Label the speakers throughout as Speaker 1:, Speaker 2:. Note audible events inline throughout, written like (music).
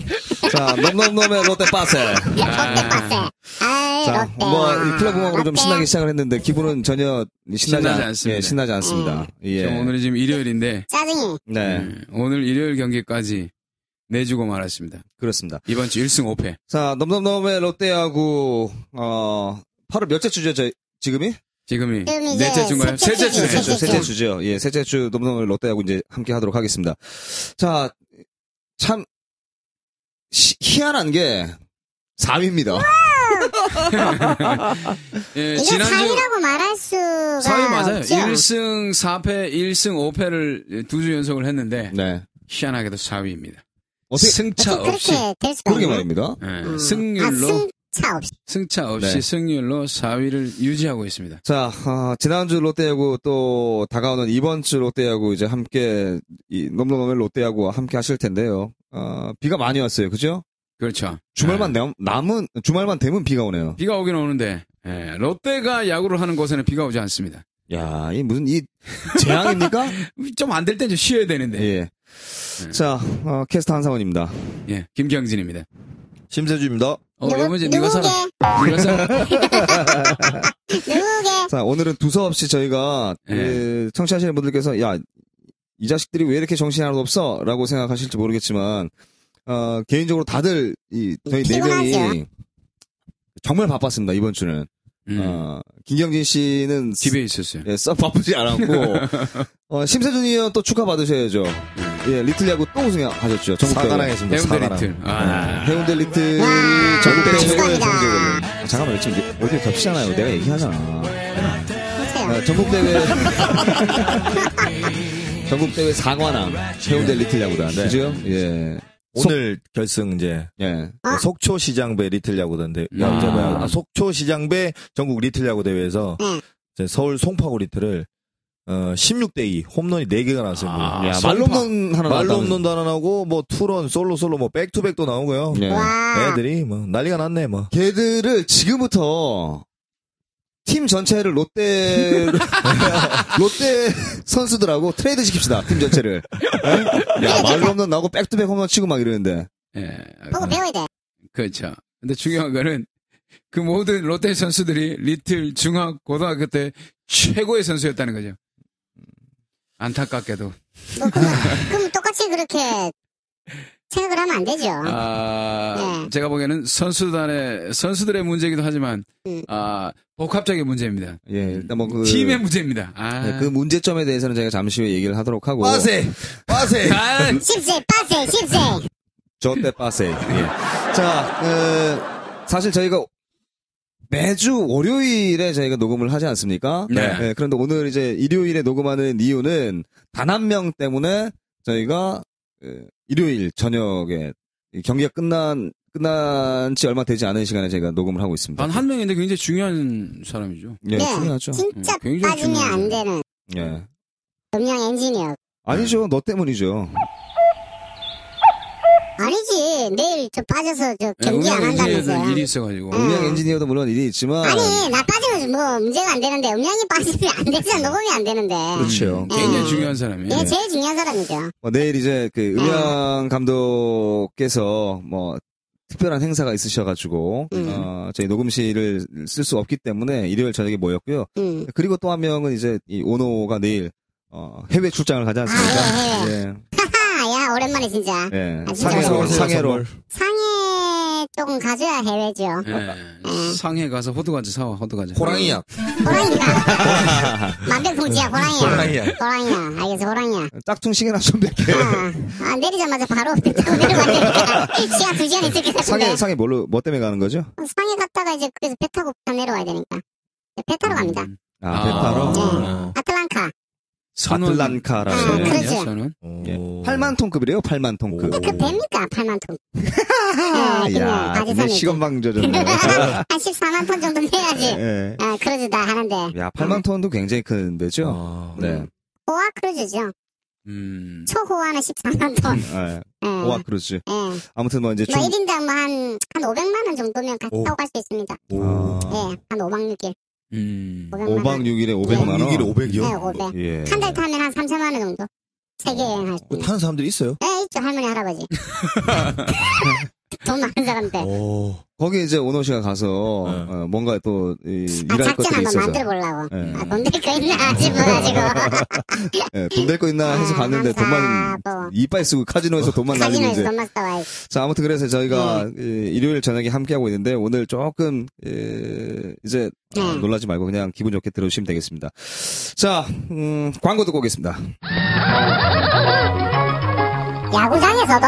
Speaker 1: 예.
Speaker 2: 자, 놈놈놈의 롯데빠세.
Speaker 3: 아.
Speaker 1: 롯데 빠세. 아이,
Speaker 2: 자,
Speaker 1: 네, 롯데.
Speaker 2: 뭐, 이 플라공항으로 좀
Speaker 1: 롯데야.
Speaker 2: 신나게 시작을 했는데, 기분은 전혀 신나지,
Speaker 3: 신나지
Speaker 2: 않-
Speaker 3: 않습니다. 음.
Speaker 2: 예, 신나지 않습니다. 예.
Speaker 3: 저 오늘이 지금 일요일인데
Speaker 1: 짜증이.
Speaker 2: 네,
Speaker 3: 음, 오늘 일요일 경기까지 내주고 말았습니다.
Speaker 2: 그렇습니다.
Speaker 3: 이번 주 1승 5패.
Speaker 2: 자, 넘넘넘의 롯데하고, 어, 8월 몇째 주죠, 저, 지금이?
Speaker 3: 지금이
Speaker 1: 지금 이제
Speaker 3: 넷째 주인가요?
Speaker 1: 셋째
Speaker 3: 셋째
Speaker 1: 주네,
Speaker 3: 주네요.
Speaker 1: 셋째 주.
Speaker 2: 셋째 주죠. 예, 셋째 주 넘넘의 롯데하고 이제 함께 하도록 하겠습니다. 자, 참, 시- 희한한 게, 3위입니다.
Speaker 3: 예,
Speaker 1: 이거
Speaker 3: 지난주
Speaker 1: 4위라고 말할 수가.
Speaker 3: 4위 맞아요.
Speaker 1: 없죠.
Speaker 3: 1승 4패, 1승 5패를 두 주 연속을 했는데
Speaker 2: 네.
Speaker 3: 희한하게도 4위입니다.
Speaker 2: 어떻게,
Speaker 3: 승차
Speaker 1: 어떻게
Speaker 3: 없이
Speaker 1: 그렇게 될 수가
Speaker 2: 그러게
Speaker 1: 있나?
Speaker 2: 말입니다.
Speaker 3: 예,
Speaker 1: 음.
Speaker 3: 승률로
Speaker 1: 아, 승차 없이.
Speaker 3: 승차 없이
Speaker 2: 네.
Speaker 3: 승률로 4위를 유지하고 있습니다.
Speaker 2: 자, 아, 지난주 롯데하고 또 다가오는 이번 주 롯데하고 이제 함께 이 넘넘넘의 롯데하고 함께 하실 텐데요. 아, 비가 많이 왔어요. 그죠?
Speaker 3: 그렇죠.
Speaker 2: 주말만
Speaker 3: 예.
Speaker 2: 남, 남은 주말만 되면 비가 오네요.
Speaker 3: 비가 오긴 오는데 예, 롯데가 야구를 하는 곳에는 비가 오지 않습니다.
Speaker 2: 야, 이 무슨 (laughs) 이 재앙입니까?
Speaker 3: 좀 안 될 땐 좀 쉬어야 되는데. 예,
Speaker 2: 예. 자, 어, 캐스터 한상원입니다.
Speaker 3: 김경진입니다.
Speaker 4: 심세주입니다.
Speaker 3: 어,
Speaker 1: 누구-
Speaker 3: 여보지 네가
Speaker 1: 누구게?
Speaker 3: 살아. 네가
Speaker 1: (laughs)
Speaker 3: 살아.
Speaker 1: 누구게?
Speaker 2: 자, 오늘은 두서없이 저희가
Speaker 3: 예.
Speaker 4: 네.
Speaker 2: 그 청취하시는 분들께서 야, 이 자식들이 왜 이렇게 정신이 하나도 없어? 라고 생각하실지 모르겠지만, 어, 개인적으로 다들 이 저희 네 명이
Speaker 1: 피곤하죠.
Speaker 2: 정말 바빴습니다, 이번 주는.
Speaker 3: 음,
Speaker 2: 어, 김경진 씨는
Speaker 3: 집에 있었어요.
Speaker 2: 예, 썩 바쁘지
Speaker 4: (laughs)
Speaker 2: 않았고, 어, 심세준 의원 또 축하받으셔야죠. 예, 리틀 야구 또 우승하셨죠. 전국대회.
Speaker 4: 음. 사과랑했습니다.
Speaker 2: 네,
Speaker 3: 해운대
Speaker 4: 사과랑.
Speaker 3: 리틀. 아,
Speaker 2: 해운대 리틀
Speaker 1: 와,
Speaker 2: 전국대회 최고의
Speaker 1: 축하합니다.
Speaker 2: 성적을. 아, 잠깐만요. 지금 어디 겹치잖아요. 내가 얘기하잖아. 네.
Speaker 1: 그렇죠.
Speaker 2: 아, 전국대회. (laughs) 전국대회 4관왕. 해운대 리틀 야구단.
Speaker 4: 네.
Speaker 2: 그죠? 예.
Speaker 4: 오늘 결승 이제 그
Speaker 2: 예.
Speaker 1: 아.
Speaker 4: 속초 시장배 리틀 야구 대회
Speaker 3: 아.
Speaker 4: 야, 저 뭐야, 아, 속초 시장배 전국 리틀 야구 대회에서
Speaker 1: 응.
Speaker 4: 이제 서울 송파구 리틀을 어, 16대 2 홈런이 4개가 나왔습니다.
Speaker 3: 아,
Speaker 2: 야, 말로 없는 아, 하나
Speaker 4: 말로
Speaker 2: 나왔다는-
Speaker 4: 없는 단어나고 뭐 투런 솔로 솔로 뭐 백투백도 나오고요.
Speaker 2: 예.
Speaker 1: 와.
Speaker 4: 애들이 뭐 난리가 났네 뭐.
Speaker 2: 걔들을 지금부터 팀 전체를 롯데 (laughs) 롯데 선수들하고 트레이드 시킵시다 팀 전체를 예? 야 말로 없는 나고 백투백 홈런 치고 막 이러는데
Speaker 3: 예.
Speaker 1: 보고 배워야 돼.
Speaker 3: 그렇죠. 근데 중요한 거는 그 모든 롯데 선수들이 리틀 중학 고등학교 때 최고의 선수였다는 거죠. 안타깝게도.
Speaker 1: 뭐, 그럼, 그럼 똑같이 그렇게 생각을 하면 안 되죠.
Speaker 3: 아,
Speaker 1: 네.
Speaker 3: 제가 보기에는 선수단의 선수들의 문제이기도 하지만
Speaker 1: 음.
Speaker 3: 아, 복합적인 문제입니다.
Speaker 2: 예 일단 뭐그
Speaker 3: 팀의 문제입니다. 아.
Speaker 2: 그 문제점에 대해서는 제가 잠시 후에 얘기를 하도록 하고
Speaker 4: 빠세.
Speaker 3: 아,
Speaker 1: 십세, 빠세, 십세.
Speaker 2: 저때 빠세 예. 자 어, 사실 저희가 매주 월요일에 저희가 녹음을 하지 않습니까?
Speaker 3: 네.
Speaker 2: 예, 그런데 오늘 이제 일요일에 녹음하는 이유는 단 한 명 때문에 저희가 예, 일요일 저녁에 이 경기가 끝난 끝난 지 얼마 되지 않은 시간에 저희가 녹음을 하고 있습니다.
Speaker 3: 단 한 명인데 굉장히 중요한 사람이죠.
Speaker 2: 예,
Speaker 1: 아, 네.
Speaker 2: 중요하죠.
Speaker 1: 진짜
Speaker 3: 음, 굉장히
Speaker 1: 빠지면 안
Speaker 3: 중요하죠.
Speaker 1: 되는
Speaker 2: 예.
Speaker 1: 음향 엔지니어. 네.
Speaker 2: 아니죠. 너 때문이죠.
Speaker 1: 음. 아니지. 내일 저 빠져서 저
Speaker 3: 네,
Speaker 1: 경기 안
Speaker 3: 음악
Speaker 1: 한다면서요.
Speaker 3: 엔지니어는 일이 있어가지고.
Speaker 1: 음.
Speaker 2: 음향 엔지니어도 물론 일이 있지만
Speaker 1: 아니, 나 빠지면 뭐 문제가 안 되는데 음향이 빠지면 안 되잖아. 녹음이 안 되는데.
Speaker 2: 그렇죠.
Speaker 3: 굉장히
Speaker 1: 음.
Speaker 3: 중요한 사람이에요.
Speaker 1: 얘 제일 중요한 사람이죠.
Speaker 2: 뭐 내일 이제 그 음향 감독께서 뭐 특별한 행사가 있으셔가지고
Speaker 1: 음.
Speaker 2: 어, 저희 녹음실을 쓸 수 없기 때문에 일요일 저녁에 모였고요.
Speaker 1: 음.
Speaker 2: 그리고 또 한 명은 이제 이 오노가 내일 어, 해외 출장을 가지 않습니까?
Speaker 1: 아,
Speaker 2: 예,
Speaker 1: 하하, (laughs) 야, 오랜만에 진짜.
Speaker 2: 예.
Speaker 1: 아, 진짜
Speaker 2: 상해로
Speaker 1: 오랜만에
Speaker 2: 상해로
Speaker 1: 상해 쪽은 가져야 해외죠.
Speaker 3: 예. 상해 가서 호두과자 사와 호두과자. 음.
Speaker 4: 호랑이야.
Speaker 1: 호랑이가. 만병통치야, 호랑이야.
Speaker 4: 호랑이야.
Speaker 1: 호랑이야. 알겠어, 호랑이야.
Speaker 2: 짝퉁식이나 좀 낼게.
Speaker 1: 아, 아, 내리자마자 바로 (laughs) 타고 내려가니까 시간 두 시간 있을 것 같은데
Speaker 2: 상해 상해 뭘로 뭐 때문에 가는 거죠?
Speaker 1: 상해 갔다가 이제 그래서 배 타고 부산 내려와야 되니까 배 타러 갑니다.
Speaker 3: 음.
Speaker 2: 아, 베타로
Speaker 1: 음.
Speaker 2: 어.
Speaker 4: 아.
Speaker 1: 아틀란카.
Speaker 3: 선원.
Speaker 2: 아틀란카라는
Speaker 1: 아,
Speaker 3: 음, 선원이야,
Speaker 2: 네.
Speaker 1: 그렇지.
Speaker 3: 선원.
Speaker 2: 예.
Speaker 4: 오.
Speaker 2: 8만 톤급이래요. 8만 톤급. 아,
Speaker 1: 근데 그 배입니까? 8만 톤.
Speaker 2: (laughs)
Speaker 1: 예, 그냥
Speaker 2: 야,
Speaker 1: 바지
Speaker 2: 근데
Speaker 1: 사면
Speaker 2: 시간방조졌네.
Speaker 1: (laughs) 한 14만 톤 정도 내야지.
Speaker 2: 예.
Speaker 1: 아, 크루즈 다 하는데.
Speaker 2: 야, 8만 톤도 굉장히 큰 데죠.
Speaker 4: 아.
Speaker 2: 네.
Speaker 1: 호화 크루즈죠.
Speaker 3: 어, 음.
Speaker 1: 초호화는 14만 톤.
Speaker 2: 예.
Speaker 1: 예.
Speaker 2: 오와 그렇지.
Speaker 1: 예. 뭐
Speaker 2: 아무튼 뭐 이제 중
Speaker 1: 1인당 뭐 한, 한 500만 원 정도면 같이
Speaker 4: 오.
Speaker 1: 타고 갈 수 있습니다.
Speaker 4: 오.
Speaker 1: 예. 한 5박 6일.
Speaker 3: 음.
Speaker 1: 500만 원.
Speaker 2: 5박 6일에 500만 원.
Speaker 4: 6일에 500이요?
Speaker 1: 네, 500.
Speaker 2: 예.
Speaker 1: 한 달 타면 한 3천만 원 정도. 세계 여행할 수 어, 있는.
Speaker 4: 타는 사람들이 있어요?
Speaker 2: (laughs)
Speaker 1: 예, 있죠. 할머니, 할아버지. (laughs) 돈 많은 사람들.
Speaker 4: 오.
Speaker 2: 거기 이제 오노 씨가 가서
Speaker 4: 네.
Speaker 2: 어, 뭔가 또 이,
Speaker 1: 아,
Speaker 2: 일할
Speaker 1: 작전
Speaker 2: 것들이
Speaker 1: 한번
Speaker 2: 있어서
Speaker 1: 만들어 보려고.
Speaker 2: 네.
Speaker 1: 아, 돈 될 거 있나 싶어가지고. 뭐,
Speaker 2: 예, 돈 될 거 있나 (laughs) 해서
Speaker 1: 아,
Speaker 2: 갔는데 돈만
Speaker 1: 감사하고.
Speaker 2: 이빨 쓰고 카지노에서 돈만 날리는지
Speaker 1: 카지노에서 돈만 네. 쓰다 와야지.
Speaker 2: 자, 아무튼 그래서 저희가 이- 일요일 저녁에 함께하고 있는데 오늘 조금 에, 이제 아,
Speaker 1: 네.
Speaker 2: 놀라지 말고 그냥 기분 좋게 들어주시면 되겠습니다. 자, 음, 광고 듣고 오겠습니다.
Speaker 1: 야구장에서도,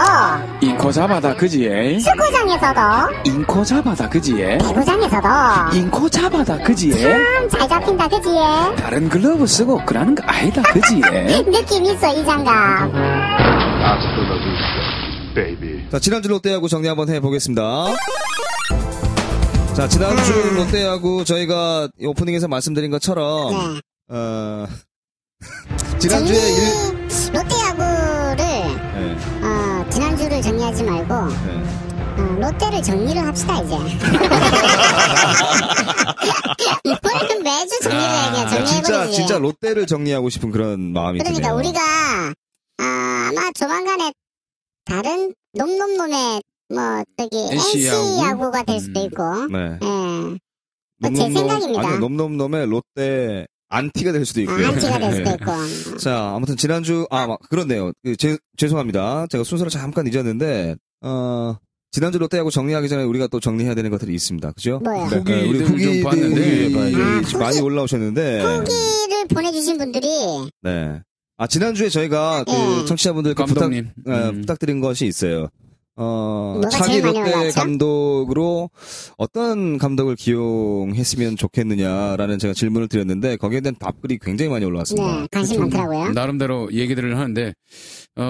Speaker 5: 인코 잡아다 그지에
Speaker 1: 축구장에서도,
Speaker 5: 인코 잡아다 그지에
Speaker 1: 배구장에서도,
Speaker 5: 인코 잡아다 그지에
Speaker 1: 참 잘 잡힌다, 그지에?
Speaker 5: 다른 글러브 쓰고 그러는 거 아니다
Speaker 2: 예?
Speaker 5: 그지에
Speaker 1: 느낌 있어, 이 장갑.
Speaker 6: Hasta la vista, baby.
Speaker 2: 자, 지난주 롯데야구 정리 한번 해보겠습니다. 자, 지난주
Speaker 1: 음.
Speaker 2: 롯데야구 저희가 이 오프닝에서 말씀드린 것처럼,
Speaker 1: 네.
Speaker 2: 어, (laughs)
Speaker 1: 정리,
Speaker 2: 지난주에 일,
Speaker 1: 롯데야구를,
Speaker 2: 예,
Speaker 1: 어, 지난주를 정리하지 말고,
Speaker 2: 예.
Speaker 1: 어, 롯데를 정리를
Speaker 2: (laughs)
Speaker 1: 합시다, 이제. (laughs) 우리는 매주 정리를 해야
Speaker 2: 아, 야,
Speaker 1: 정리해버리지.
Speaker 2: 진짜, 진짜 롯데를 정리하고 싶은 그런 마음이
Speaker 1: 그러니까
Speaker 2: 드네요.
Speaker 1: 우리가 아, 마 조만간에 다른 놈놈놈의 뭐 저기
Speaker 3: NC
Speaker 1: NC
Speaker 3: 야구?
Speaker 1: 야구가 될 수도
Speaker 3: 음.
Speaker 1: 있고.
Speaker 2: 네.
Speaker 1: 예. 뭐제 생각입니다.
Speaker 2: 아니, 놈놈놈의 롯데 안티가 될 수도
Speaker 1: 아,
Speaker 2: 있고요.
Speaker 1: 한치가
Speaker 2: (laughs)
Speaker 1: 될
Speaker 2: 네.
Speaker 1: 수도 있고.
Speaker 2: 자, 아무튼 지난주 아, 막 그렇네요. 그, 죄, 죄송합니다. 제가 순서를 잠깐 잊었는데 어 지난주 롯데하고 정리하기 전에 우리가 또 정리해야 되는 것들이 있습니다. 그죠?
Speaker 1: 뭐요?
Speaker 2: 네,
Speaker 3: 후기들
Speaker 2: 우리
Speaker 3: 좀
Speaker 2: 후기들이
Speaker 3: 봤는데. 예,
Speaker 1: 아,
Speaker 2: 많이
Speaker 1: 후기.
Speaker 2: 많이 올라오셨는데
Speaker 1: 후기를 보내주신 분들이
Speaker 2: 네. 아, 지난주에 저희가 그
Speaker 1: 네.
Speaker 2: 청취자분들 께 부탁
Speaker 3: (laughs) 감독님.
Speaker 2: 예,
Speaker 3: 음.
Speaker 2: 부탁드린 것이 있어요. 어,
Speaker 1: 뭐가
Speaker 2: 차기
Speaker 1: 제일 많이
Speaker 2: 롯데
Speaker 1: 올라왔죠?
Speaker 2: 감독으로 어떤 감독을 기용했으면 좋겠느냐라는 제가 질문을 드렸는데 거기에 대한 답글이 굉장히 많이 올라왔습니다.
Speaker 1: 네, 관심
Speaker 3: 좀
Speaker 1: 많더라고요.
Speaker 3: 나름대로 얘기들을 하는데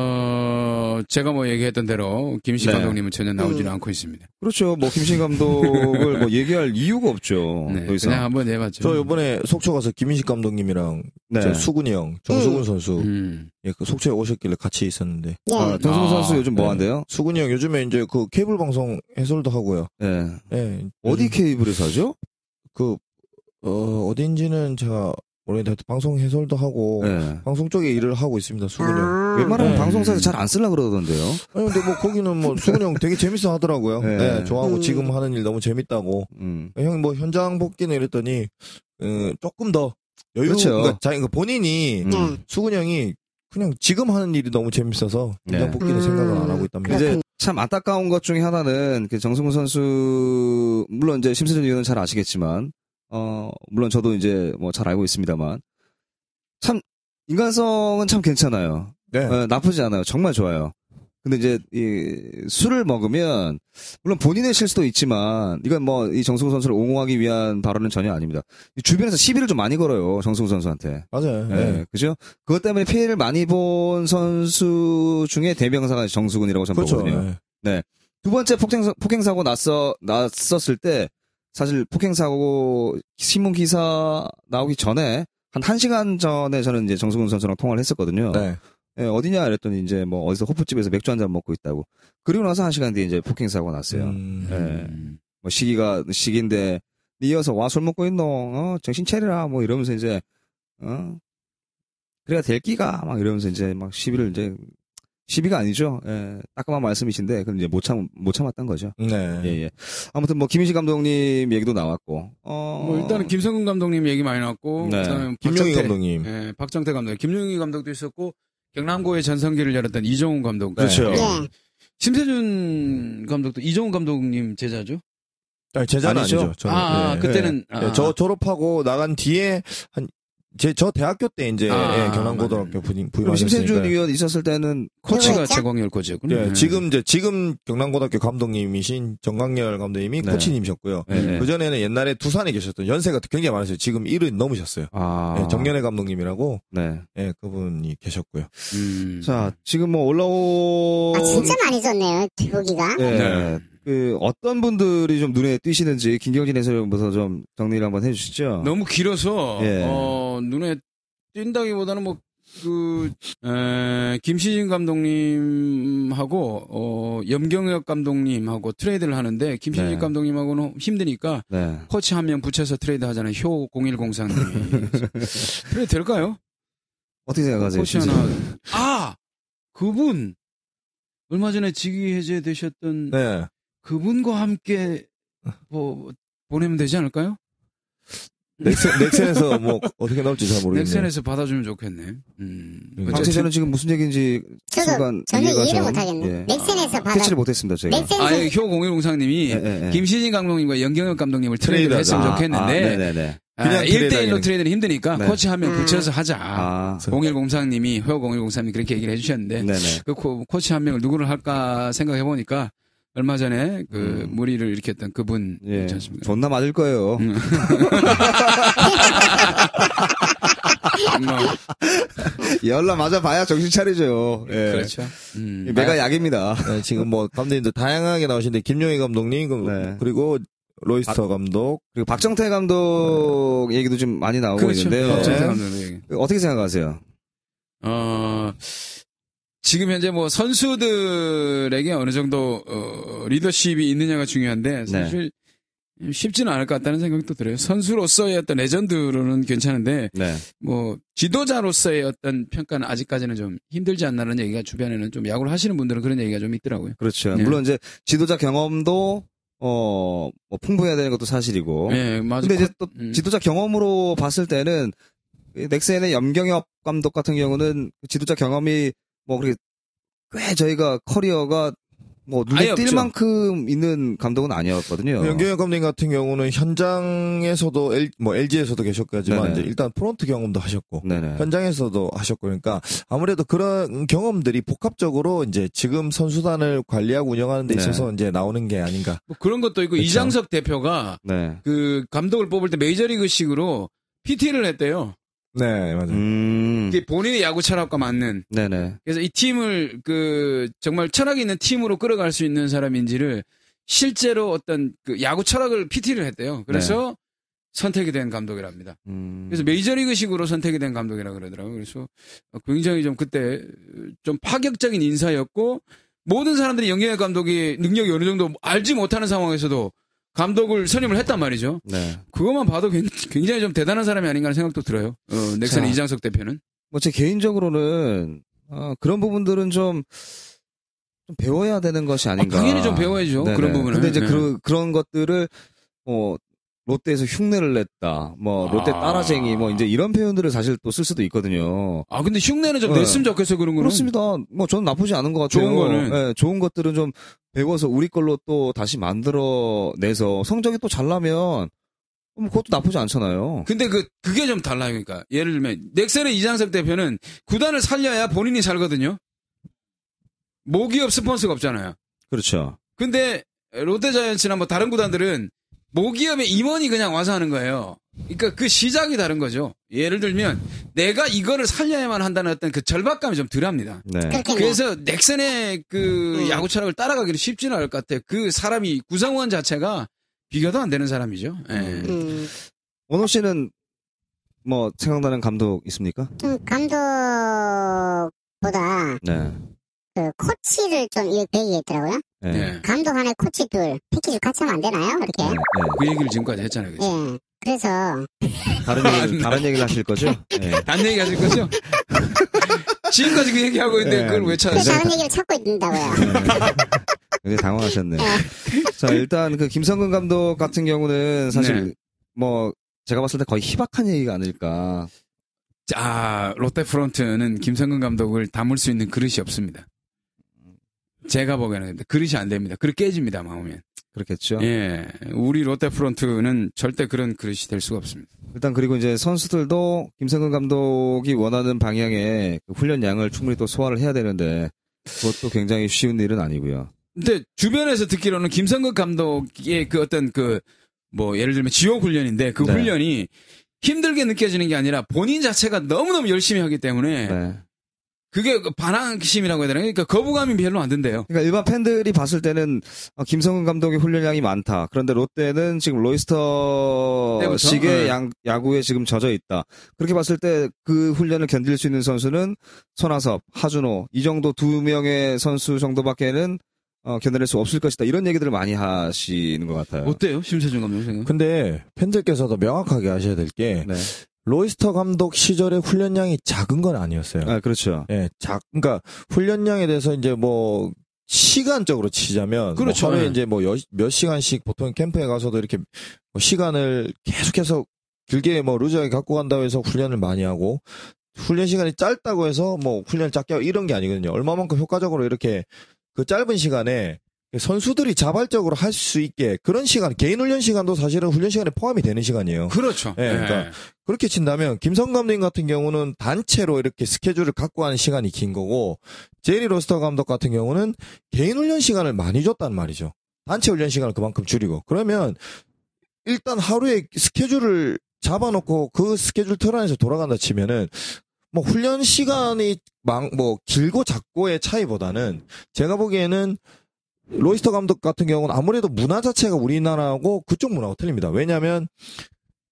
Speaker 3: 어 제가 뭐 얘기했던 대로 김식
Speaker 2: 네.
Speaker 3: 감독님은 전혀 나오지는 않고 있습니다.
Speaker 2: 그렇죠. 뭐 김신 감독을 뭐 얘기할 이유가 없죠.
Speaker 3: (laughs)
Speaker 2: 어, 더
Speaker 3: 네, 그냥
Speaker 2: 이상.
Speaker 3: 한번 해봤죠.
Speaker 4: 저 요번에 속초 가서 김민식 감독님이랑
Speaker 2: 네.
Speaker 4: 저 수근이 형, 정수근 선수
Speaker 3: 음.
Speaker 4: 예, 그 속초에 오셨길래 같이 있었는데
Speaker 1: 예.
Speaker 2: 아, 정승 선수
Speaker 3: 아,
Speaker 2: 요즘 뭐 한대요?
Speaker 4: 수근이 형 요즘에 이제 그 케이블 방송 해설도 하고요.
Speaker 2: 네.
Speaker 4: 예,
Speaker 2: 어디
Speaker 4: 요즘
Speaker 2: 케이블에서 하죠?
Speaker 4: 그 어, 어딘지는 제가 모르겠는데 하여튼 방송 해설도 하고
Speaker 2: 네.
Speaker 4: 방송 쪽에 일을 하고 있습니다. 수근이 형.
Speaker 1: 아,
Speaker 2: 웬만하면
Speaker 4: 네.
Speaker 2: 방송사에서 잘 안 쓰려고 그러던데요.
Speaker 4: 아니, 근데 뭐 거기는 뭐 수근이 형 되게 재밌어 하더라고요.
Speaker 2: 예.
Speaker 4: 예, 좋아하고
Speaker 1: 음.
Speaker 4: 지금 하는 일 너무 재밌다고.
Speaker 2: 음.
Speaker 4: 형 뭐 현장 복귀는 이랬더니 어, 조금 더 여유
Speaker 2: 그렇죠.
Speaker 4: 그러니까 자기 그 본인이
Speaker 2: 음.
Speaker 1: 네.
Speaker 4: 수근 형이 그냥 지금 하는 일이 너무 재밌어서
Speaker 2: 네.
Speaker 4: 현장 복귀는
Speaker 1: 음.
Speaker 4: 생각을 안 하고 있답니다.
Speaker 2: 이제 참 안타까운 것 중에 하나는 그 정승훈 선수 물론 이제 심수준 의원은 잘 아시겠지만 어 물론 저도 이제 뭐 잘 알고 있습니다만 참 인간성은 참 괜찮아요.
Speaker 4: 네.
Speaker 2: 어, 나쁘지 않아요. 정말 좋아요. 근데 이제 이 술을 먹으면 물론 본인의 실수도 있지만 이건 뭐 이 정승우 선수를 옹호하기 위한 발언은 전혀 아닙니다. 이 주변에서 시비를 좀 많이 걸어요 정승우 선수한테.
Speaker 4: 맞아요.
Speaker 2: 예,
Speaker 4: 네.
Speaker 2: 그죠? 그것 때문에 피해를 많이 본 선수 중에 대명사가 정수근이라고 저는
Speaker 4: 그렇죠.
Speaker 2: 보거든요.
Speaker 4: 네.
Speaker 2: 두 번째 폭행사, 폭행사고 났어, 났었을 때, 사실 폭행사고 신문 기사 나오기 전에, 한 1시간 전에 저는 이제 정승훈 선수랑 통화를 했었거든요.
Speaker 4: 네.
Speaker 2: 예, 어디냐? 이랬더니 이제 뭐 어디서 호프집에서 맥주 한 잔 먹고 있다고. 그리고 나서 한 시간 뒤에 이제 폭행사고 났어요.
Speaker 4: 음.
Speaker 2: 예. 뭐 시기가, 시기인데, 이어서 와, 술 먹고 있노? 어, 정신 차리라. 뭐 이러면서 이제, 어, 그래야 될 끼가. 막 이러면서 이제 막 시비를 이제, 시비가 아니죠. 예, 따끔한 말씀이신데, 그럼 이제 못 참, 못 참았던 거죠.
Speaker 4: 네.
Speaker 2: 예, 예. 아무튼 뭐 김인식 감독님 얘기도 나왔고. 어.
Speaker 3: 뭐 일단은 김성근 감독님 얘기 많이 나왔고
Speaker 2: 네.
Speaker 3: 그다음에
Speaker 4: 김용희
Speaker 3: 박정태,
Speaker 4: 감독님.
Speaker 3: 예, 박정태 감독, 김용희 감독도 있었고 경남고의 전성기를 열었던 이종훈 감독,
Speaker 2: 아,
Speaker 4: 그렇죠.
Speaker 1: 예.
Speaker 3: 심세준 감독도 이종훈 감독님 제자죠?
Speaker 4: 아니, 제자는
Speaker 2: 아니죠.
Speaker 4: 아니죠. 저는.
Speaker 3: 아,
Speaker 4: 예.
Speaker 3: 그때는
Speaker 4: 예.
Speaker 3: 아,
Speaker 4: 예, 저 졸업하고 나간 뒤에 한 제 저 대학교 때 이제
Speaker 3: 아,
Speaker 4: 예, 경남고등학교 부임
Speaker 2: 그럼 심세준
Speaker 4: 부임하셨으니까.
Speaker 2: 의원 있었을 때는
Speaker 3: 코치가
Speaker 1: 누구였죠?
Speaker 3: 최광열 코치였군요.
Speaker 4: 예,
Speaker 2: 음.
Speaker 3: 예.
Speaker 4: 지금 이제 지금 경남고등학교 감독님이신 정강렬 감독님이
Speaker 2: 네.
Speaker 4: 코치님이셨고요.
Speaker 2: 예, 예.
Speaker 4: 그 전에는 옛날에 두산에 계셨던 연세가 굉장히 많으세요. 지금 70 넘으셨어요.
Speaker 2: 아.
Speaker 4: 예, 정연애 감독님이라고
Speaker 2: 네.
Speaker 4: 예, 그분이 계셨고요.
Speaker 3: 음.
Speaker 2: 자, 지금 뭐 올라오.
Speaker 1: 아, 진짜 많이 줬네요, 기보기가.
Speaker 2: 어, 예.
Speaker 3: 네.
Speaker 2: 그 어떤 분들이 좀 눈에 띄시는지 김경진 해설위원부터 좀 정리를 한번 해 주시죠.
Speaker 3: 너무 길어서
Speaker 2: 예.
Speaker 3: 어, 눈에 띈다기보다는 뭐 뭐그 김시진 감독님하고 어, 염경엽 감독님하고 트레이드를 하는데 김시진
Speaker 2: 네.
Speaker 3: 감독님하고는 힘드니까
Speaker 2: 네.
Speaker 3: 코치 한 명 붙여서 트레이드 하잖아요. 효
Speaker 4: (laughs)
Speaker 3: 0103님이 트레이드 될까요?
Speaker 2: 어떻게 생각하세요?
Speaker 3: 코치
Speaker 2: 심세준
Speaker 3: 하나
Speaker 2: 의원?
Speaker 3: 아 그분 얼마 전에 직위 해제되셨던
Speaker 4: 네.
Speaker 3: 그분과 함께 뭐 보내면 되지 않을까요?
Speaker 4: 넥센, 넥센에서 뭐 어떻게 나올지 잘 모르겠네요.
Speaker 3: 넥센에서 받아주면 좋겠네. 음.
Speaker 4: 네.
Speaker 2: 박재
Speaker 3: 어쨌든-
Speaker 2: 저는 지금 무슨 얘기인지 순간
Speaker 1: 저도 전혀
Speaker 2: 이해가
Speaker 1: 이해를
Speaker 2: 잘-
Speaker 1: 못하겠네.
Speaker 2: 예.
Speaker 1: 넥센에서 받아.
Speaker 2: 캐치를 못했습니다 저희가.
Speaker 1: 넥센
Speaker 3: 아,
Speaker 1: 선
Speaker 3: 효 공일공상님이
Speaker 2: 예, 예, 예.
Speaker 3: 김신인 감독님과 연경엽 감독님을 트레이드를
Speaker 4: 네, 트레이드하자.
Speaker 3: 했으면
Speaker 2: 아, 아,
Speaker 3: 좋겠는데
Speaker 2: 네네네.
Speaker 3: 아,
Speaker 4: 그냥
Speaker 3: 1대1로
Speaker 4: 트레이드하기는.
Speaker 3: 트레이드는 힘드니까
Speaker 2: 네.
Speaker 3: 코치 한 명
Speaker 1: 음.
Speaker 3: 붙여서 하자.
Speaker 2: 아,
Speaker 3: 공일공상님이 효 공일공상님이 그렇게 얘기를 해주셨는데
Speaker 2: 네네.
Speaker 3: 그 코, 치한 명을 누구를 할까 생각해 보니까 얼마 전에 그
Speaker 2: 음.
Speaker 3: 무리를 일으켰던 그분
Speaker 2: 예.
Speaker 3: 있지 않습니까?
Speaker 2: 존나 맞을 거예요. (laughs)
Speaker 3: 음. 뭐,
Speaker 2: 열라 맞아 봐야 정신 차리죠. 예.
Speaker 3: 그렇죠. 음.
Speaker 2: 메가 약입니다.
Speaker 4: 네, 지금 뭐 감독님들 다양하게 나오시는데 김용희 감독님 그-
Speaker 2: 네.
Speaker 4: 그리고 로이스터 감독
Speaker 2: 그리고 박정태 감독 얘기도 좀 많이 나오고
Speaker 3: 그렇죠.
Speaker 2: 있는데요. 예.
Speaker 3: 저
Speaker 4: 네.
Speaker 3: 생각하면 얘기.
Speaker 2: 어떻게 생각하세요?
Speaker 3: 어, 지금 현재 뭐 선수들에게 어느 정도 어, 리더십이 있느냐가
Speaker 2: 네.
Speaker 3: 중요한데 사실 쉽지는 않을 것 같다는 생각도 들어요. 선수로서의 어떤 레전드로는 괜찮은데
Speaker 2: 네.
Speaker 3: 뭐 지도자로서의 어떤 평가는 아직까지는 좀 힘들지 않나라는 얘기가 주변에는 좀 야구를 하시는 분들은 그런 얘기가 좀 있더라고요.
Speaker 2: 그렇죠.
Speaker 3: 예.
Speaker 2: 물론 이제 지도자 경험도 어, 뭐 풍부해야 되는 것도 사실이고.
Speaker 3: 예, 맞아요.
Speaker 2: 어? 근데 이제 또
Speaker 3: 음.
Speaker 2: 지도자 경험으로 봤을 때는 이 넥센의 염경엽 감독 같은 경우는 그 지도자 경험이 뭐 그렇게 꽤 저희가 커리어가 뭐
Speaker 3: 아예
Speaker 2: 눈에 띌
Speaker 3: 없죠. 그
Speaker 2: 만큼 있는 감독은 아니었거든요.
Speaker 4: 연경혁 감독님 같은 경우는 현장에서도 L, 뭐 LG에서도 계셨지만
Speaker 2: 네네.
Speaker 4: 이제 일단 프론트 경험도 하셨고
Speaker 2: 네네.
Speaker 4: 현장에서도 하셨고 그러니까 아무래도 그런 경험들이 복합적으로 이제 지금 선수단을 관리하고 운영하는 데
Speaker 2: 네.
Speaker 4: 있어서 이제 나오는 게 아닌가.
Speaker 3: 뭐 그런 것도 있고
Speaker 4: 그렇죠.
Speaker 3: 이장석 대표가
Speaker 2: 네.
Speaker 3: 그 감독을 뽑을 때 메이저리그식으로 PT를 했대요.
Speaker 4: 네, 맞아요.
Speaker 2: 음.
Speaker 3: 이게 본인의 야구 철학과 맞는.
Speaker 2: 네네.
Speaker 3: 그래서 이 팀을 그 정말 철학 있는 팀으로 끌어갈 수 있는 사람인지를 실제로 어떤 그 야구 철학을 PT를 했대요.
Speaker 4: 네.
Speaker 3: 그래서 선택이 된 감독이랍니다.
Speaker 2: 음.
Speaker 3: 그래서 메이저리그식으로 선택이 된 감독이라 그러더라고요. 그래서 굉장히 좀 그때 좀 파격적인 인사였고 모든 사람들이 영경의 감독이 능력이 어느 정도 알지 못하는 상황에서도 감독을 선임을 했단 말이죠.
Speaker 2: 네.
Speaker 3: 그것만 봐도 굉- 굉장히 좀 대단한 사람이 아닌가 하는 생각도 들어요. 어, 넥슨
Speaker 2: 자.
Speaker 3: 이장석 대표는.
Speaker 2: 뭐 제 개인적으로는 아, 그런 부분들은 좀, 좀 배워야 되는 것이 아닌가.
Speaker 3: 당연히 좀 배워야죠. 그런 부분은.
Speaker 2: 근데 이제
Speaker 3: 네.
Speaker 2: 그, 그런 것들을 뭐 롯데에서 흉내를 냈다. 뭐 롯데
Speaker 3: 아.
Speaker 2: 따라쟁이 뭐 이제 이런 표현들을 사실 또 쓸 수도 있거든요.
Speaker 3: 아 근데 흉내는 좀
Speaker 2: 네.
Speaker 3: 냈으면 좋겠어 그런 거는.
Speaker 2: 그렇습니다. 뭐 저는 나쁘지 않은 것 같아요.
Speaker 3: 좋은 거는.
Speaker 2: 예, 좋은 것들은 좀 배워서 우리 걸로 또 다시 만들어 내서 성적이 또 잘 나면 뭐 그것도 나쁘지 않잖아요.
Speaker 3: 근데 그 그게 좀 달라요. 그러니까 예를 들면 넥센의 이장석 대표는 구단을 살려야 본인이 살거든요. 모기업 스폰서가 없잖아요.
Speaker 2: 그렇죠.
Speaker 3: 근데 롯데자이언츠나 뭐 다른 구단들은 모기업의 임원이 그냥 와서 하는 거예요. 그러니까 그 시작이 다른 거죠. 예를 들면 내가 이거를 살려야만 한다는 어떤 그 절박감이 좀 덜합니다.
Speaker 2: 네.
Speaker 1: 그렇겠네.
Speaker 3: 그래서 넥센의 그 야구 철학을 따라가기는 쉽지는 않을 것 같아요. 그 사람이 구성원 자체가 비교도 안 되는 사람이죠. 예.
Speaker 1: 음.
Speaker 2: 원호 씨는 뭐 생각나는 감독 있습니까?
Speaker 1: 좀 감독보다
Speaker 2: 네.
Speaker 1: 그 코치를 좀그 얘기했더라고요.
Speaker 2: 네.
Speaker 3: 예.
Speaker 1: 감독 하나 코치 둘 패키지 같이 하면 안 되나요? 이렇게.
Speaker 3: 그 얘기를 지금까지 했잖아요. 그죠?
Speaker 1: 예. 그래서
Speaker 2: 다른 얘기 다른 얘기를 하실 거죠? 네.
Speaker 3: 딴 얘기 하실 거죠? 지금까지 그 얘기하고 있는데
Speaker 2: 예.
Speaker 3: 그걸 왜
Speaker 1: 그
Speaker 3: 찾았어요?
Speaker 1: 다른 얘기를 찾고 있는다고요.
Speaker 2: 굉장히 당황하셨네. 자, 일단 그 김성근 감독 같은 경우는 사실
Speaker 3: 네.
Speaker 2: 뭐 제가 봤을 때 거의 희박한 얘기가 아닐까.
Speaker 3: 아, 롯데프론트는 김성근 감독을 담을 수 있는 그릇이 없습니다. 제가 보기에는 근데 그릇이 안 됩니다. 그릇 깨집니다, 마음이.
Speaker 2: 그렇겠죠.
Speaker 3: 예. 우리 롯데프론트는 절대 그런 그릇이 될 수가 없습니다.
Speaker 2: 일단 그리고 이제 선수들도 김성근 감독이 원하는 방향의 그 훈련 양을 충분히 또 소화를 해야 되는데 그것도 굉장히 쉬운 일은 아니고요.
Speaker 3: 근데 주변에서 듣기로는 김성근 감독의 그 어떤 그 뭐 예를 들면 지옥 훈련인데 그
Speaker 2: 네.
Speaker 3: 훈련이 힘들게 느껴지는 게 아니라 본인 자체가 너무너무 열심히 하기 때문에
Speaker 2: 네.
Speaker 3: 그게 그 반항심이라고 해야 되나요? 그러니까 거부감이 별로 안 든대요.
Speaker 2: 그러니까 일반 팬들이 봤을 때는 아, 김성근 감독의 훈련량이 많다. 그런데 롯데는 지금 로이스터
Speaker 3: 때부터?
Speaker 2: 식의
Speaker 3: 네.
Speaker 2: 양- 야구에 지금 젖어 있다. 그렇게 봤을 때 그 훈련을 견딜 수 있는 선수는 손아섭, 하준호 이 정도 두 명의 선수 정도밖에는 어, 견뎌낼 수 없을 것이다. 이런 얘기들을 많이 하시는 것 같아요.
Speaker 3: 어때요? 심세준 감독 생각?
Speaker 4: 근데 팬들께서도 명확하게 아셔야 될 게
Speaker 2: 네.
Speaker 4: 로이스터 감독 시절에 훈련량이 작은 건 아니었어요.
Speaker 2: 아, 네, 그렇죠.
Speaker 4: 예, 작, 그러니까 훈련량에 대해서 이제 뭐 시간적으로 치자면
Speaker 3: 그렇죠.
Speaker 4: 뭐 하루에
Speaker 3: 네.
Speaker 4: 이제 뭐 몇 시간씩 보통 캠프에 가서도 이렇게 뭐 시간을 계속해서 길게 뭐 루저하게 갖고 간다고 해서 훈련을 많이 하고 훈련 시간이 짧다고 해서 뭐 훈련을 짧게 하고 이런 게 아니거든요. 얼마만큼 효과적으로 이렇게 그 짧은 시간에 선수들이 자발적으로 할 수 있게 그런 시간 개인 훈련 시간도 사실은 훈련 시간에 포함이 되는 시간이에요.
Speaker 3: 그렇죠.
Speaker 4: 예, 그러니까 그렇게 친다면 김성 감독님 같은 경우는 단체로 이렇게 스케줄을 갖고 하는 시간이 긴 거고 제리 로스터 감독 같은 경우는 개인 훈련 시간을 많이 줬단 말이죠. 단체 훈련 시간을 그만큼 줄이고 그러면 일단 하루에 스케줄을 잡아놓고 그 스케줄 틀 안에서 돌아간다 치면은 뭐 훈련 시간이 망, 뭐 길고 작고의 차이보다는 제가 보기에는 로이스터 감독 같은 경우는 아무래도 문화 자체가 우리나라하고 그쪽 문화하고 틀립니다. 왜냐하면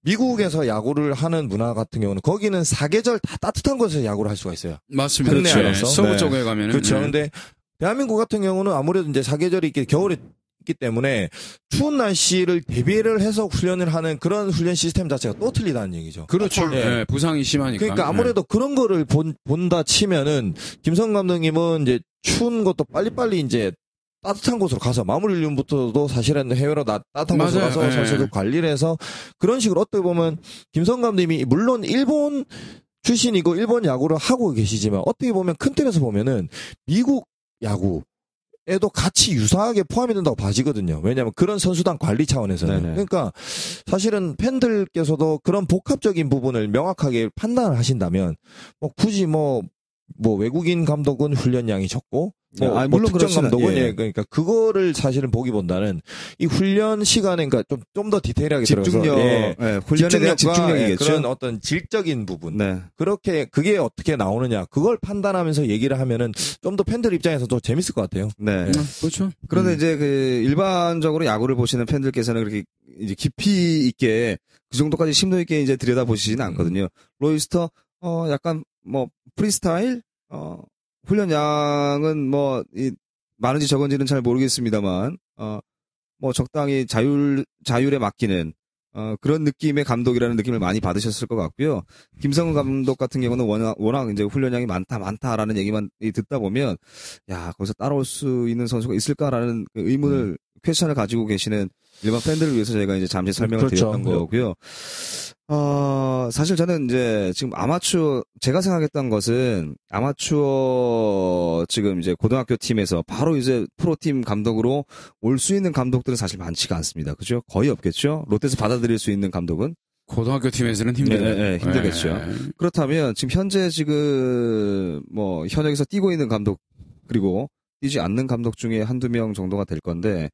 Speaker 4: 미국에서 야구를 하는 문화 같은 경우는 거기는 사계절 다 따뜻한 곳에서 야구를 할 수가 있어요.
Speaker 3: 맞습니다.
Speaker 4: 국내
Speaker 3: 그렇죠.
Speaker 4: 알아서?
Speaker 3: 서부
Speaker 4: 네.
Speaker 3: 쪽에 가면은
Speaker 4: 그렇죠.
Speaker 3: 네.
Speaker 4: 근데 대한민국 같은 경우는 아무래도 이제 사계절이 이렇게 겨울에 있기 때문에 추운 날씨를 대비를 해서 훈련을 하는 그런 훈련 시스템 자체가 또 틀리다는 얘기죠.
Speaker 3: 그렇죠.
Speaker 4: 네.
Speaker 3: 예, 부상이 심하니까. 네.
Speaker 4: 그러니까 아무래도 그런 거를 본, 본다 치면은 김성 감독님은 이제 추운 것도 빨리빨리 이제 따뜻한 곳으로 가서 마무리 훈련부터도 사실은 해외로 나- 따뜻한 곳으로
Speaker 3: 맞아요.
Speaker 4: 가서
Speaker 3: 예.
Speaker 4: 선수들 관리를 해서 그런 식으로 어떻게 보면 김성 감독님이 물론 일본 출신이고 일본 야구를 하고 계시지만 어떻게 보면 큰 틀에서 보면은 미국 야구 에도 같이 유사하게 포함이 된다고 봐지거든요. 왜냐하면 그런 선수단 관리 차원에서는
Speaker 2: 네네.
Speaker 4: 그러니까 사실은 팬들께서도 그런 복합적인 부분을 명확하게 판단을 하신다면 뭐 굳이 뭐 뭐 외국인 감독은 훈련량이 적고 뭐,
Speaker 2: 아,
Speaker 4: 뭐
Speaker 2: 물론
Speaker 4: 특정
Speaker 2: 그렇지만,
Speaker 4: 감독은
Speaker 2: 예.
Speaker 4: 예. 그러니까 그거를 사실은 보기본다는 이 훈련 시간에 그러니까 좀 좀 더 디테일하게
Speaker 2: 집중력,
Speaker 4: 들어가서 예.
Speaker 2: 예, 훈련에
Speaker 4: 집중력과,
Speaker 2: 대한
Speaker 4: 예,
Speaker 2: 집중력이겠죠.
Speaker 4: 그런 어떤 질적인 부분
Speaker 2: 네.
Speaker 4: 그렇게 그게 어떻게 나오느냐 그걸 판단하면서 얘기를 하면은 좀 더 팬들 입장에서 더 재밌을 것 같아요.
Speaker 2: 네.
Speaker 3: 음, 그렇죠.
Speaker 2: 그런데 이제 그 일반적으로 야구를 보시는 팬들께서는 그렇게 이제 깊이 있게 그 정도까지 심도 있게 이제 들여다 보시지는 않거든요. 로이스터 어 약간 뭐 프리스타일 어 훈련량은 뭐 이, 많은지 적은지는 잘 모르겠습니다만 어뭐 적당히 자율 자율에 맡기는 어 그런 느낌의 감독이라는 느낌을 많이 받으셨을 것 같고요. 김성훈 감독 같은 경우는 워낙, 워낙 이제 훈련량이 많다 많다라는 얘기만 이 듣다 보면 야 거기서 따라올 수 있는 선수가 있을까라는 그 의문을
Speaker 4: 음.
Speaker 2: 퀘션을 가지고 계시는 일반 팬들을 위해서 저희가 이제 잠시 설명을
Speaker 4: 그렇죠.
Speaker 2: 드렸던 거고요. 어, 사실 저는 이제 지금 아마추어 제가 생각했던 것은 아마추어 지금 이제 고등학교 팀에서 바로 이제 프로팀 감독으로 올 수 있는 감독들은 사실 많지가 않습니다. 그죠? 거의 없겠죠. 롯데에서 받아들일 수 있는 감독은
Speaker 3: 고등학교 팀에서는 힘들죠.
Speaker 2: 네, 네, 네, 힘들겠죠. 그렇다면 지금 현재 지금 뭐 현역에서 뛰고 있는 감독 그리고 뛰지 않는 감독 중에 한두 명 정도가 될 건데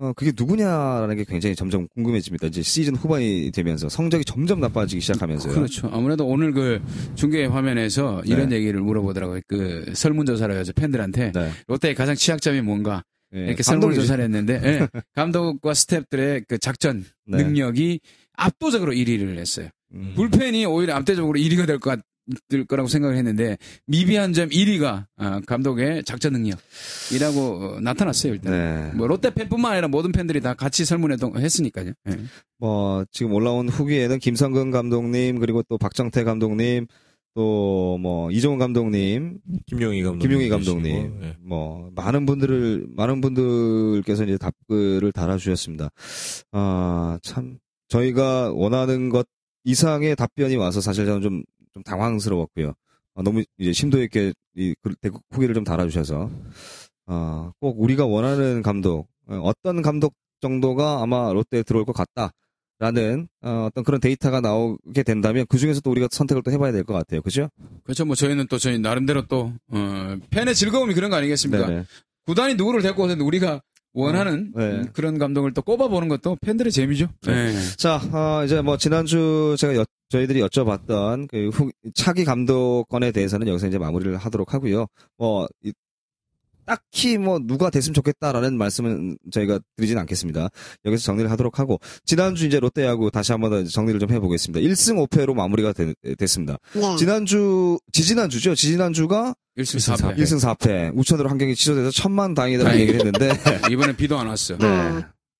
Speaker 2: 어 그게 누구냐라는 게 굉장히 점점 궁금해집니다. 이제 시즌 후반이 되면서 성적이 점점 나빠지기 시작하면서요.
Speaker 3: 그렇죠. 아무래도 오늘 그 중계 화면에서 이런
Speaker 2: 네.
Speaker 3: 얘기를 물어보더라고요. 그 설문조사를 해서 팬들한테
Speaker 2: 네.
Speaker 3: 롯데의 가장 취약점이 뭔가
Speaker 2: 예,
Speaker 3: 이렇게
Speaker 2: 감독이
Speaker 3: 설문조사를 했는데
Speaker 2: (laughs)
Speaker 3: 예, 감독과 스태프들의 그 작전
Speaker 2: 네.
Speaker 3: 능력이 압도적으로 1위를 했어요.
Speaker 2: 음.
Speaker 3: 불펜이 오히려 압도적으로 1위가 될 것 될 거라고 생각을 했는데 미비한 점 1위가 아, 감독의 작전 능력이라고 어, 나타났어요 일단.
Speaker 2: 네.
Speaker 3: 뭐 롯데 팬뿐만 아니라 모든 팬들이 다 같이 설문했던 했으니까요. 예.
Speaker 2: 뭐 지금 올라온 후기에는 김성근 감독님 그리고 또 박정태 감독님 또 뭐 이종훈 감독님
Speaker 4: 김용희 감독님.
Speaker 2: 김용희 감독님,
Speaker 4: 계시고, 예.
Speaker 2: 뭐 많은 분들을 많은 분들께서 이제 답글을 달아주셨습니다. 아 참 저희가 원하는 것 이상의 답변이 와서 사실 저는 좀, 좀 당황스러웠고요. 아, 너무 이제 심도 있게 이 글- 대- 후기를 좀 달아주셔서 아, 꼭 우리가 원하는 감독 어, 어떤 감독 정도가 아마 롯데에 들어올 것 같다. 라는 어, 어떤 그런 데이터가 나오게 된다면 그 중에서 또 우리가 선택을 또 해봐야 될 것 같아요, 그죠?
Speaker 3: 그렇죠. 뭐 저희는 또 저희 나름대로 또 어, 팬의 즐거움이 그런 거 아니겠습니까?
Speaker 2: 네네.
Speaker 3: 구단이 누구를 데리고 오든 우리가 원하는
Speaker 2: 음, 네.
Speaker 3: 음, 그런 감독을 또 꼽아보는 것도 팬들의 재미죠. 네.
Speaker 2: 자, 어, 이제 뭐 지난주 제가 여- 저희들이 여쭤봤던 그 후- 차기 감독권에 대해서는 여기서 이제 마무리를 하도록 하고요. 뭐 이- 딱히 뭐 누가 됐으면 좋겠다라는 말씀은 저희가 드리진 않겠습니다. 여기서 정리를 하도록 하고 지난주 이제 롯데야구 다시 한번 더 정리를 좀 해보겠습니다. 1승 5패로 마무리가 되- 됐습니다.
Speaker 1: 네.
Speaker 2: 지난주 지지난주죠. 지지난주가
Speaker 3: 1승 4패.
Speaker 2: 1승 4패 우천으로 한 경기 취소돼서 천만 다행이다라는
Speaker 3: 네, 다행이다.
Speaker 2: 얘기를 했는데
Speaker 3: 이번엔 비도 안 왔어.
Speaker 1: 어,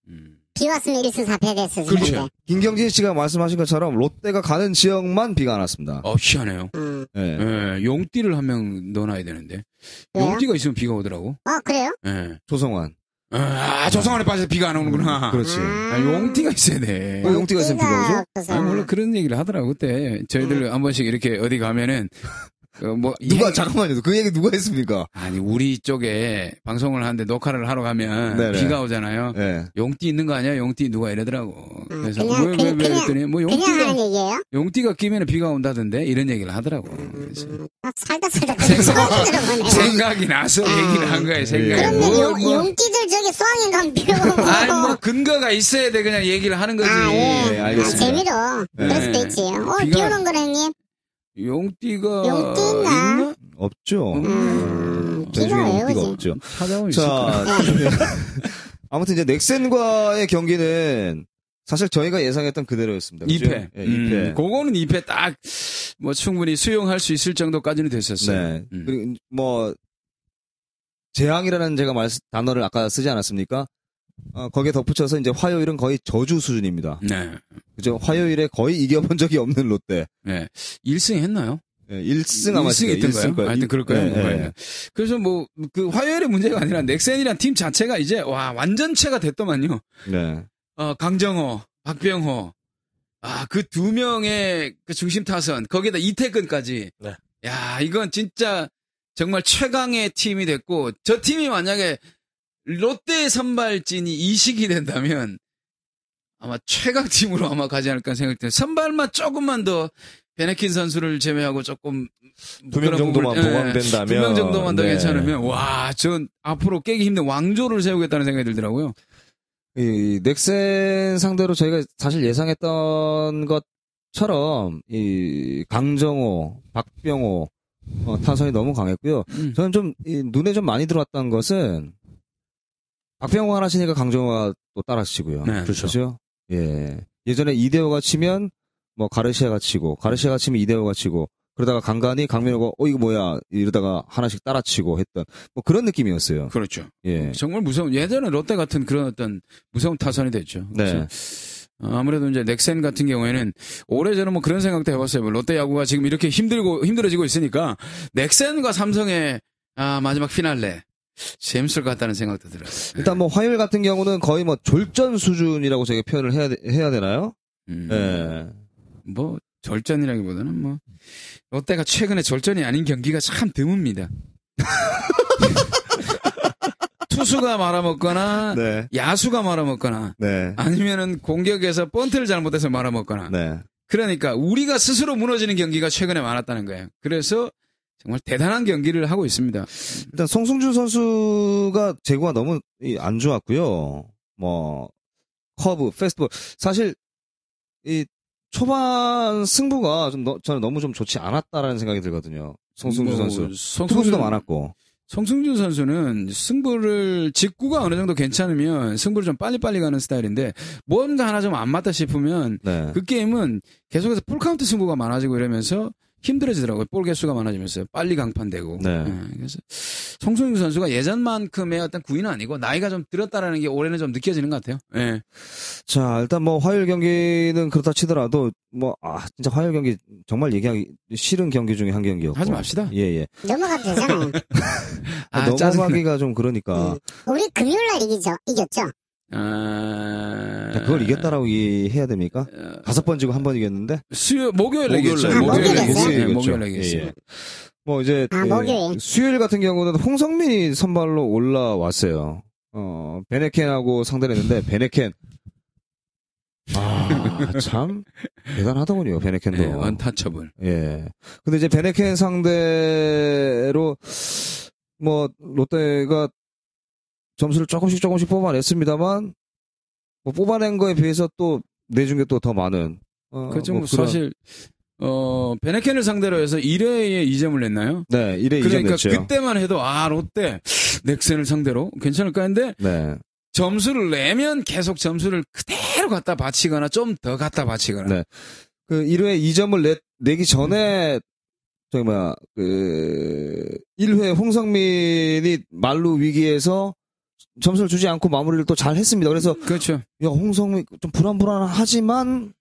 Speaker 3: 음.
Speaker 1: 비 왔으면 1승 4패 됐어, 지금. 네.
Speaker 3: 그렇죠.
Speaker 2: (laughs) 김경진 씨가 말씀하신 것처럼 롯데가 가는 지역만 비가 안 왔습니다.
Speaker 3: 어, 희한해요.
Speaker 1: 음.
Speaker 2: 예.
Speaker 3: 예, 용띠를 한 명 넣어놔야 되는데.
Speaker 1: 왜요?
Speaker 3: 용띠가 있으면 비가 오더라고.
Speaker 1: 어, 그래요?
Speaker 3: 예.
Speaker 2: 조성환.
Speaker 3: 아, 조성환에 빠져서 비가 안 오는구나.
Speaker 2: 음, 그렇지.
Speaker 1: 음,
Speaker 3: 아, 용띠가 있어야 돼.
Speaker 2: 왜 용띠가 있으면 비가 오죠?
Speaker 1: 없어서.
Speaker 3: 아, 물론 그런 얘기를 하더라고, 그때. 저희들 한 번씩 이렇게 어디 가면은, 그 뭐,
Speaker 2: 누가
Speaker 3: 예,
Speaker 2: 잠깐만요. 그 얘기 누가 했습니까?
Speaker 3: 아니, 우리 쪽에 방송을 하는데 녹화를 하러 가면
Speaker 2: 네네.
Speaker 3: 비가 오잖아요.
Speaker 2: 예.
Speaker 3: 용띠 있는 거 아니야? 용띠 누가 이러더라고.
Speaker 1: 음,
Speaker 3: 그래서
Speaker 1: 그냥,
Speaker 3: 왜, 왜, 왜
Speaker 1: 그냥,
Speaker 3: 그랬더니 뭐
Speaker 1: 그냥
Speaker 3: 용띠가
Speaker 1: 하는 얘기예요?
Speaker 3: 용띠가 끼면 비가 온다던데 이런 얘기를 하하더라고 그래서
Speaker 1: 아, 살다 살다 처음
Speaker 3: (laughs)
Speaker 1: 들어보네. 예.
Speaker 3: 생각이 나서 얘기를 한 거야 생각이.
Speaker 2: 그럼요.
Speaker 1: 그런데
Speaker 3: 뭐,
Speaker 1: 용,
Speaker 3: 뭐.
Speaker 1: 용띠들 저기 수학여행 가면 비오고.
Speaker 3: 아니 뭐 근거가 있어야 돼 그냥 얘기를 하는 거지.
Speaker 1: 아, 예.
Speaker 2: 네, 알겠습니다.
Speaker 1: 아, 재미로.
Speaker 2: 네.
Speaker 1: 그럴 수도 있지. 어,
Speaker 3: 비가-
Speaker 1: 비 오는 거네, 형님.
Speaker 3: 용띠가
Speaker 1: 용띠 있나?
Speaker 3: 있나?
Speaker 2: 없죠.
Speaker 1: 음,
Speaker 2: 제
Speaker 1: 비가
Speaker 2: 중에
Speaker 1: 왜
Speaker 2: 용띠가
Speaker 1: 오지?
Speaker 2: 없죠.
Speaker 3: 뭐. 찾아오면 있을 거야.
Speaker 2: 자, (laughs) 아무튼 이제 넥센과의 경기는 사실 저희가 예상했던 그대로였습니다. 그죠?
Speaker 3: 2패. 음,
Speaker 2: 예, 2패.
Speaker 3: 그거는 2패 딱 뭐 충분히 수용할 수 있을 정도까지는 됐었어요.
Speaker 2: 네.
Speaker 3: 음.
Speaker 2: 그리고 뭐 재앙이라는 제가 말 단어를 아까 쓰지 않았습니까? 어, 거기에 덧붙여서 이제 화요일은 거의 저주 수준입니다.
Speaker 3: 네.
Speaker 2: 그죠? 화요일에 거의 이겨본 적이 없는 롯데. 예,
Speaker 3: 네. 1승 했나요?
Speaker 2: 1승 아마
Speaker 3: 일승
Speaker 2: 진짜
Speaker 3: 했던가요?
Speaker 2: 일승 거예요.
Speaker 3: 하여튼 그럴 거예요.
Speaker 2: 예, 예.
Speaker 3: 예. 그래서 뭐 그 화요일의 문제가 아니라 넥센이란 팀 자체가 이제 와 완전체가 됐더만요.
Speaker 2: 네.
Speaker 3: 어, 강정호, 박병호. 아, 그 두 명의 그 중심 타선. 거기에다 이태근까지.
Speaker 4: 네.
Speaker 3: 야, 이건 진짜 정말 최강의 팀이 됐고, 저 팀이 만약에 롯데 선발진이 이식이 된다면 아마 최강 팀으로 아마 가지 않을까 생각돼요. 선발만 조금만 더 베네킨 선수를 제외하고 조금
Speaker 4: 두 명 정도만 보강된다면
Speaker 3: 예, 두 명 정도만 더
Speaker 4: 네.
Speaker 3: 괜찮으면 와, 전 앞으로 깨기 힘든 왕조를 세우겠다는 생각이 들더라고요.
Speaker 2: 이 넥센 상대로 저희가 사실 예상했던 것처럼 이 강정호, 박병호 어, 타선이 너무 강했고요.
Speaker 3: 음.
Speaker 2: 저는 좀이 눈에 좀 많이 들어왔던 것은 박병호 하나 치니까 강정호가 또 따라 치고요.
Speaker 3: 네, 그렇죠.
Speaker 2: 그렇죠? 예. 예전에 이대호가 치면 뭐 가르시아가 치고 가르시아가 치면 이대호가 치고 그러다가 간간히 강민호가 어 이거 뭐야 이러다가 하나씩 따라 치고 했던 뭐 그런 느낌이었어요.
Speaker 3: 그렇죠.
Speaker 2: 예.
Speaker 3: 정말 무서운 예전에 롯데 같은 그런 어떤 무서운 타선이 됐죠. 그렇죠?
Speaker 2: 네.
Speaker 3: 그래서 어, 아무래도 이제 넥센 같은 경우에는 올해 저는 뭐 그런 생각도 해봤어요. 뭐 롯데 야구가 지금 이렇게 힘들고 힘들어지고 있으니까 넥센과 삼성의 아, 마지막 피날레 재밌을 것 같다는 생각도 들었어요.
Speaker 2: 일단 뭐 화요일 같은 경우는 거의 뭐 졸전 수준이라고 저희가 표현을 해야, 되, 해야 되나요?
Speaker 3: 음,
Speaker 2: 예.
Speaker 3: 뭐 절전이라기보다는 뭐 롯데가 최근에 절전이 아닌 경기가 참 드뭅니다. (laughs) 투수가 말아먹거나
Speaker 2: 네.
Speaker 3: 야수가 말아먹거나
Speaker 2: 네.
Speaker 3: 아니면은 공격에서 번트를 잘못해서 말아먹거나.
Speaker 2: 네.
Speaker 3: 그러니까 우리가 스스로 무너지는 경기가 최근에 많았다는 거예요. 그래서 정말 대단한 경기를 하고 있습니다.
Speaker 2: 일단 송승준 선수가 제구가 너무 이안 좋았고요. 뭐 커브, 페스티벌 사실 이 초반 승부가 좀 너- 저는 너무 좀 좋지 않았다라는 생각이 들거든요. 뭐, 송승준 선수 투구수도 많았고
Speaker 3: 뭐 송승준 선수는 승부를 직구가 어느 정도 괜찮으면 승부를 좀 빨리빨리 가는 스타일인데 뭔가 하나 좀 안 맞다 싶으면
Speaker 2: 네.
Speaker 3: 그 게임은 계속해서 풀카운트 승부가 많아지고 이러면서 힘들어지더라고요. 볼 개수가 많아지면서 빨리 강판되고.
Speaker 2: 네.
Speaker 3: 예, 그래서 송승준 선수가 예전만큼의 어떤 구위는 아니고 나이가 좀 들었다라는 게 올해는 좀 느껴지는 것 같아요. 예.
Speaker 2: 자 일단 뭐 화요일 경기는 그렇다 치더라도 뭐 아 진짜 화요일 경기 정말 얘기하기 싫은 경기 중에 한 경기였고
Speaker 3: 하지 맙시다.
Speaker 2: 예예
Speaker 1: 넘어가도 되잖아요.
Speaker 2: 어.
Speaker 3: (laughs)
Speaker 2: 아, 넘어가기가 좀 그러니까
Speaker 1: 우리 금요일 날 이기죠. 이겼죠.
Speaker 3: 아...
Speaker 2: 자, 그걸 이겼다라고 이- 해야 됩니까?
Speaker 3: 어,
Speaker 2: 다섯 번 지고 한 번 이겼는데
Speaker 3: 수요 목요일에 이겼죠.
Speaker 1: 날.
Speaker 3: 목요일에
Speaker 1: 목요일에
Speaker 3: 이겼어요. 네,
Speaker 2: 목요일이겠죠.
Speaker 3: 목요일에 이겼어요.
Speaker 2: 예, 예. 뭐 이제
Speaker 1: 아,
Speaker 2: 예,
Speaker 1: 목요일.
Speaker 2: 수요일 같은 경우는 홍성민이 선발로 올라왔어요. 어 베네켄하고 상대를 했는데 베네켄 아참 대단하더군요 베네켄도
Speaker 3: 네, 언타처블.
Speaker 2: 예 근데 이제 베네켄 상대로 뭐 롯데가 점수를 조금씩 조금씩 뽑아냈습니다만 뭐 뽑아낸 거에 비해서 또 내준 게 또 더 많은 어,
Speaker 3: 그좀
Speaker 2: 뭐 그런-
Speaker 3: 그렇죠. 사실 어 베네켄을 상대로 해서 1회에 2점을 냈나요?
Speaker 2: 네 이래 이점
Speaker 3: 그러니까
Speaker 2: 냈죠.
Speaker 3: 그때만 해도 아 롯데 넥센을 상대로 괜찮을까 했는데
Speaker 2: 네
Speaker 3: 점수를 내면 계속 점수를 그대로 갖다 바치거나 좀 더 갖다 바치거나
Speaker 2: 네. 그 1회 2점을 내, 내기 전에 저기 뭐야 그 1회 홍성민이 말루 위기에서 점수를 주지 않고 마무리를 또 잘 했습니다. 그래서
Speaker 3: 그렇죠.
Speaker 2: 야 홍성민 좀 불안불안하지만